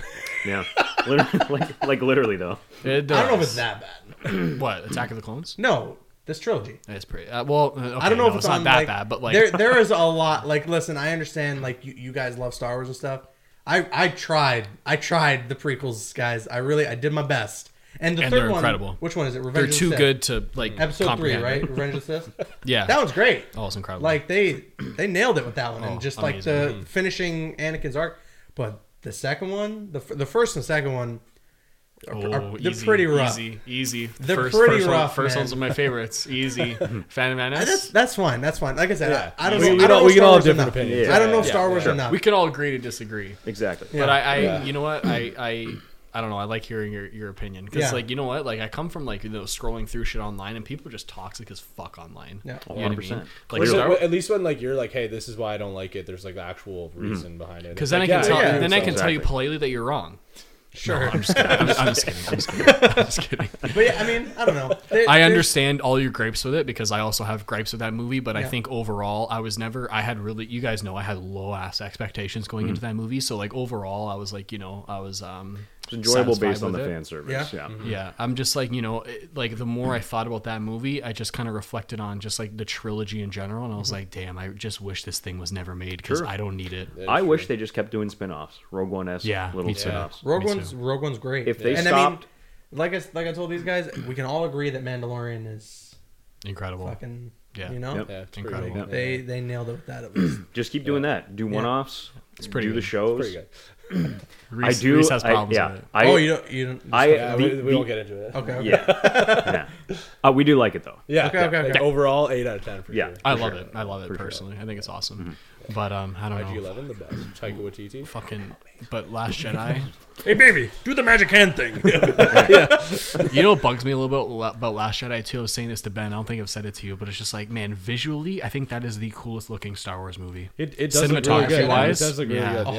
Yeah. Literally, like, like literally though. It I don't know if it's does. that bad. what Attack of the Clones. No, this trilogy. That's pretty. Uh, well, uh, okay, I don't know no, if it's, not on, that like, bad, but like there there is a lot. Like, listen, I understand. Like, you, you guys love Star Wars and stuff. I I tried. I tried the prequels, guys. I really I did my best. And the And 3rd they're one, incredible. which one is it? Revenge they're of the too Sith. good to like Episode three, comprehend. right? Revenge of the Sith. Yeah, That one's great. oh, it's incredible. Like they they nailed it with that one, and Oh, just like amazing. the finishing Anakin's arc. But the second one, the f- the first and second one, are, oh, are- they're easy, pretty rough. Easy, easy. They're first, pretty first One, rough, first man. one's one of my favorites. Easy. Phantom Uh, That's Menace. that's fine. That's fine. Like I said, Yeah. I, I don't We- know. we I don't- don't know we can Star all Wars have different enough. opinions. I don't know Yeah, Star Wars sure. enough. We can all agree to disagree. Exactly. But I, I Yeah. you know what, I, I, I don't know. I like hearing your, your opinion because, Yeah. like, you know what, like, I come from like you know scrolling through shit online, and people are just toxic as fuck online. Yeah. You know what I mean? 100%. Like, Whereas Star- at- at least when like you're like, hey, this is why I don't like it. There's like the actual reason behind it. Because It's then like, I can yeah, tell, yeah, then I so- can tell you Mm-hmm. exactly. politely that you're wrong. Sure. I'm just kidding. I'm, I'm just kidding. I'm just kidding. I'm just kidding. But yeah, I mean, I don't know. There- I there's- understand all your gripes with it because I also have gripes with that movie, but I Yeah. think overall I was never I had really you guys know I had low ass expectations going into that movie, so like overall I was like, you know, I was um It's enjoyable satisfied based on with the it. fan service. Yeah. Yeah. Yeah, Mm-hmm. I'm just like, you know, it, like the more I thought about that movie, I just kind of reflected on just like the trilogy in general and I was Mm-hmm. like, damn, I just wish this thing was never made cuz Sure. I don't need it. I wish they just kept doing spin-offs. Rogue One esque Yeah, little me too. spin-offs. Rogue Me too. One's Rogue One's great. If they and stopped- I mean, like I s- like I told these guys, we can all agree that Mandalorian is Incredible. fucking. Yeah. You know, Yep. Yeah, it's Incredible. Pretty, they they nailed it with that at least. Just keep doing that. Do one-offs. It's pretty Do good. the It's shows. pretty good. Reese, I do. Reese has I- problems yeah, with it. I, oh, you don't. You don't. I, Yeah, the- we, we the- won't get into it. okay. okay. yeah. Uh, we do like it though. Yeah. Okay, okay, like, okay. Overall, eight out of ten for Yeah. sure. I love sure. it. I love it For sure. Mm-hmm. personally. I think it's awesome. But um, I don't IG know. Eleven, the best. Taika Waititi. Fucking. But Last Jedi. Hey, baby, do the magic hand thing. you know what bugs me a little bit la- about Last Jedi too? I was saying this to Ben. I don't think I've said it to you, but it's just like, man, visually, I think that is the coolest looking Star Wars movie. It, it does look really Cinematography good. wise, it does look really yeah, good. 100%.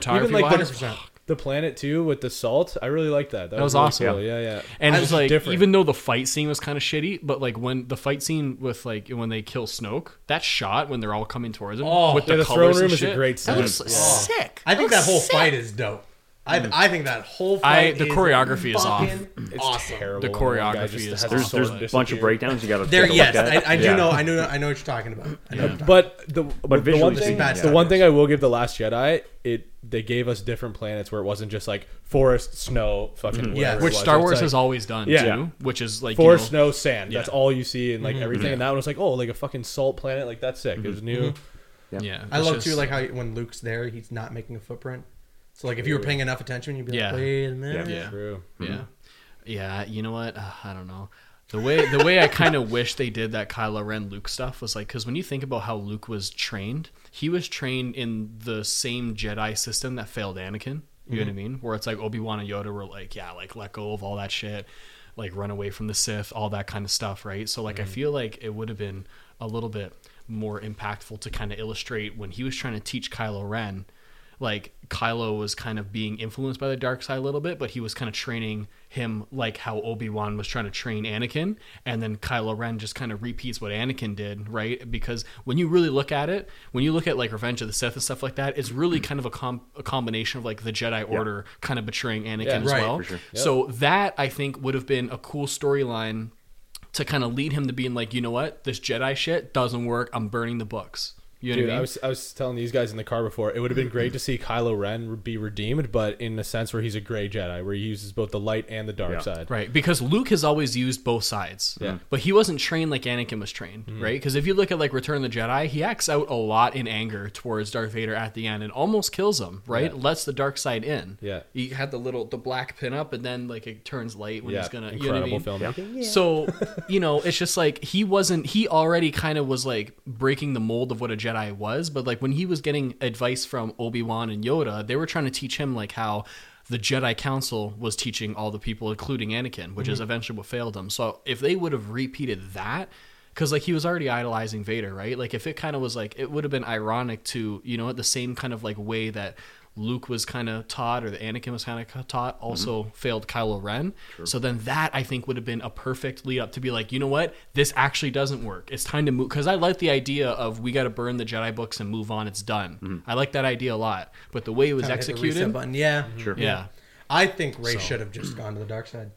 cinematography Even like wise, the, the planet too with the salt. I really like that. That was really awesome. cool. Yeah, yeah. And That it's was like, different. even though the fight scene was kind of shitty, but like when the fight scene with like when they kill Snoke, that shot when they're all coming towards him Oh, with yeah, the, the colors and throne room is a shit, great That scene. looks sick. I think that looks whole Oh, sick. fight is dope. I, I think that whole I- fight. the is choreography is off. fucking it's awesome. terrible. The when one guy choreography just is has awesome. There's- his There's, sword there's a bunch of disappear. breakdowns you got to There, take a yes, look at. I, I do Yeah. know. I know. I know what you're talking about. I know what you're talking But the but the visually one speaking, thing Bad the stuff, one yes. thing I will give the Last Jedi it they gave us different planets where it wasn't just like forest, snow, fucking Yeah. whatever it Which was. Star It's Wars like has always done Yeah. too, which is like you know, forest, snow, sand. That's Yeah. Mm-hmm. all you see and like everything. And that one was like oh like a fucking salt planet like that's sick. It was new. Yeah, I it's love just- too, like how when Luke's there, he's not making a footprint. So like, if you were paying enough attention, you'd be Yeah. like, wait a minute. Mm-hmm. Yeah. True. Yeah, yeah. You know what? Uh, I don't know. The way the way I kind of wish they did that Kylo Ren Luke stuff was like because when you think about how Luke was trained, he was trained in the same Jedi system that failed Anakin. You know what I mean? Where it's like Obi Wan and Yoda were like, yeah, like let go of all that shit, like run away from the Sith, all that kind of stuff, right? So like I feel like it would have been a little bit more impactful to kind of illustrate when he was trying to teach Kylo Ren like Kylo was kind of being influenced by the dark side a little bit, but he was kind of training him like how Obi Wan was trying to train Anakin, and then Kylo Ren just kind of repeats what Anakin did, right? Because when you really look at it, when you look at like Revenge of the Sith and stuff like that, it's really kind of a, com- a combination of like the Jedi Order kind of betraying Anakin as right, well. for So that I think would have been a cool storyline to kind of lead him to being like, you know what, this Jedi shit doesn't work. I'm burning the books. You know Dude, what I mean? I was I was telling these guys in the car before. It would have been great to see Kylo Ren be redeemed, but in a sense where he's a gray Jedi, where he uses both the light and the dark Yeah. side. Right, because Luke has always used both sides. Yeah. Mm-hmm. But he wasn't trained like Anakin was trained, right? Because if you look at like Return of the Jedi, he acts out a lot in anger towards Darth Vader at the end and almost kills him, right? Yeah. Lets the dark side in. Yeah. He had the little the black pin up and then like it turns light when Yeah, he's gonna you know what I incredible mean? filmmaking. So, you know, it's just like he wasn't, he already kind of was like breaking the mold of what a Jedi was. But like when he was getting advice from Obi Wan and Yoda, they were trying to teach him like how the Jedi Council was teaching all the people, including Anakin, which is eventually what failed him. So if they would have repeated that, because like he was already idolizing Vader, right? Like if it kind of was like, it would have been ironic to, you know, the same kind of like way that Luke was kind of taught or the Anakin was kind of taught also failed Kylo Ren. So then that I think would have been a perfect lead up to be like, you know what? This actually doesn't work. It's time to move cuz I like the idea of we got to burn the Jedi books and move on. It's done. I like that idea a lot. But the way it was Kinda hit the reset executed button. Yeah. Sure. yeah. I think Ray should have just gone to the dark side.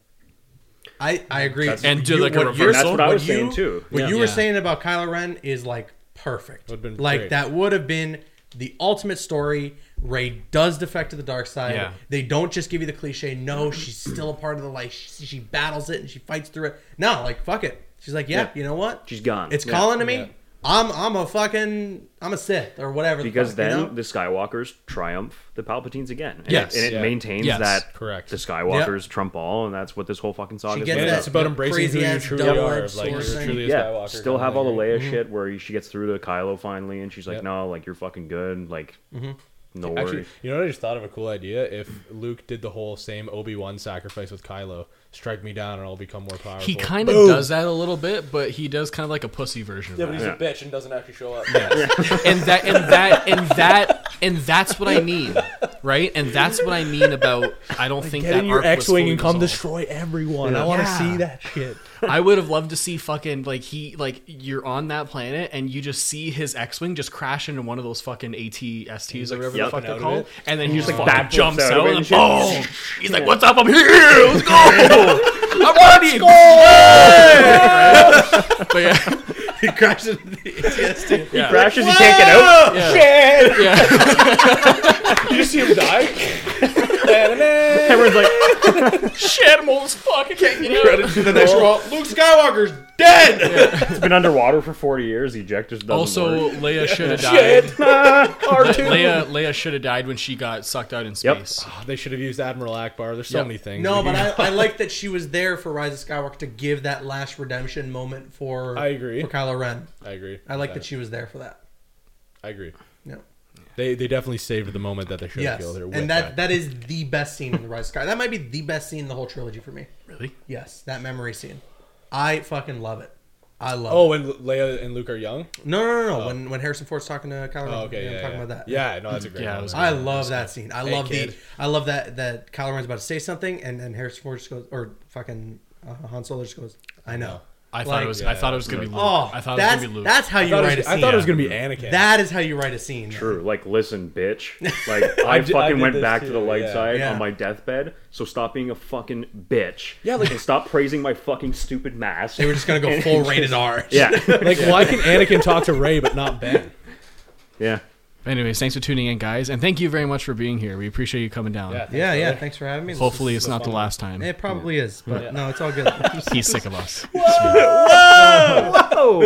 I, I agree. And do like a what you're- reversal? That's what I was you- saying, too. What Yeah. you were Yeah. saying about Kylo Ren is like perfect. Would've been like great. that would have been the ultimate story. Ray does defect to the dark side. Yeah. They don't just give you the cliche. No, she's still a part of the light. She, she battles it and she fights through it. No, like fuck it. She's like, yeah, Yeah. you know what? She's gone. It's Yeah. calling to me. Yeah. I'm I'm a fucking I'm a Sith or whatever. the because fuck, you then know? the Skywalkers triumph the Palpatines again. And Yes. it, and it Yeah. maintains Yes. that Correct. the Skywalkers trump all, and that's what this whole fucking saga She is. gets And about. it's about embracing who you crazy-ass truly double-edged are. Like you're sword truly a yeah, Skywalker. still kinda have all the thing. Leia shit where she gets through to Kylo finally, and she's like, Yep. "No, like you're fucking good. Like, no worries." Actually, you know what I just thought of a cool idea? If Luke did the whole same Obi Wan sacrifice with Kylo, strike me down and I'll become more powerful. He kind of does that a little bit, but he does kind of like a pussy version of Yeah, that. but he's Yeah. a bitch and doesn't actually show up. and that and that and that and that's what I mean, right? And that's what I mean about I don't think Get that in your arc was X-wing fully and come resolved. destroy everyone. I want to Yeah. see that shit. I would have loved to see fucking like he like you're on that planet and you just see his X-wing just crash into one of those fucking ATSTs or whatever the like, fuck jumping they're out of called, it. and then he just like backflips jumps out out of it and and then, boom. shit. He's like, "What's up? I'm here. Let's go. I'm ready." Yeah. But yeah. he crashes into the ATST. yeah. crashes, you can't get out. Yeah. Did you see him die? Everyone's like, Shit, I'm old as fuck. I can't get out. Credit to the next role. Luke Skywalker's dead. it's been underwater for 40 years. The ejector doesn't work. Also, Leia should have died. Shit. R2. Leia, Leia should have died when she got sucked out in Yep. space. Oh, They should have used Admiral Akbar. There's so Yep. many things. No, we but could- I, I like that she was there for Rise of Skywalker to give that last redemption moment for I agree. for Kylo Ren. I agree. I like that she was there for that. I agree. No. They they definitely saved the moment that they should have Yes. killed her. with And that that is the best scene in the Rise of Skywalker. That might be the best scene in the whole trilogy for me. Really? Yes, that memory scene. I fucking love it. I love Oh, it. and Leia and Luke are young. No, no, no, no. When when Harrison Ford's talking to Kylo Ren, Oh, okay, yeah, yeah, I'm talking yeah. about that. Yeah, no, that's a great. Yeah, it moment. was I love that scene. I love the. kid. I love that that Kylo Ren's about to say something, and and Harrison Ford just goes, or fucking uh, Han Solo just goes, "I know." I thought Like- it was. I thought it was gonna be Luke. Oh, I thought it was that's gonna be Luke. that's how I you thought, it write was, a scene. I thought it was gonna be Anakin. That is how you write a scene. True. Like, listen, bitch. Like, I, did- I fucking did went this back too, to the light yeah. side Yeah. on my deathbed, so stop being a fucking bitch. Yeah, like- and stop praising my fucking stupid mask. They were just gonna go full rated R. yeah, like, why can Anakin talk to Ray but not Ben? yeah. Anyways, thanks for tuning in, guys, and thank you very much for being here. We appreciate you coming down. thanks, yeah, yeah. brother. Thanks for having me. This Hopefully, is- it's not the last time. it probably is, but no, it's all good. He's sick of us. Oh,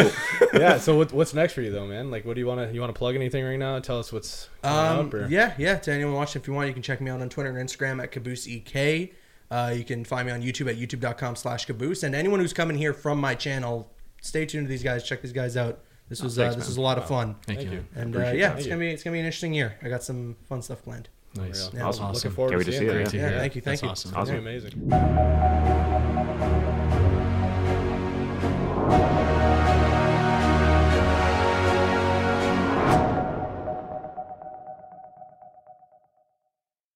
yeah. So what, what's next for you though, man? Like, what do you want to you want to plug anything right now? Tell us what's coming Um, up. Or, yeah, yeah. To anyone watching, if you want, you can check me out on Twitter and Instagram at CabooseEK. Uh, you can find me on YouTube at youtube.com slash caboose. And anyone who's coming here from my channel, stay tuned to these guys. Check these guys out. This was thanks, uh, this man. was a lot of fun. Thank, Thank you. you. And uh, Appreciate yeah, that. it's gonna be it's gonna be an interesting year. I got some fun stuff planned. Nice. Yeah, That's I'm awesome. Looking forward Can't to wait to seeing see it, that. Great to Yeah, hear. thank you, thank That's you. Awesome. It's Awesome. amazing.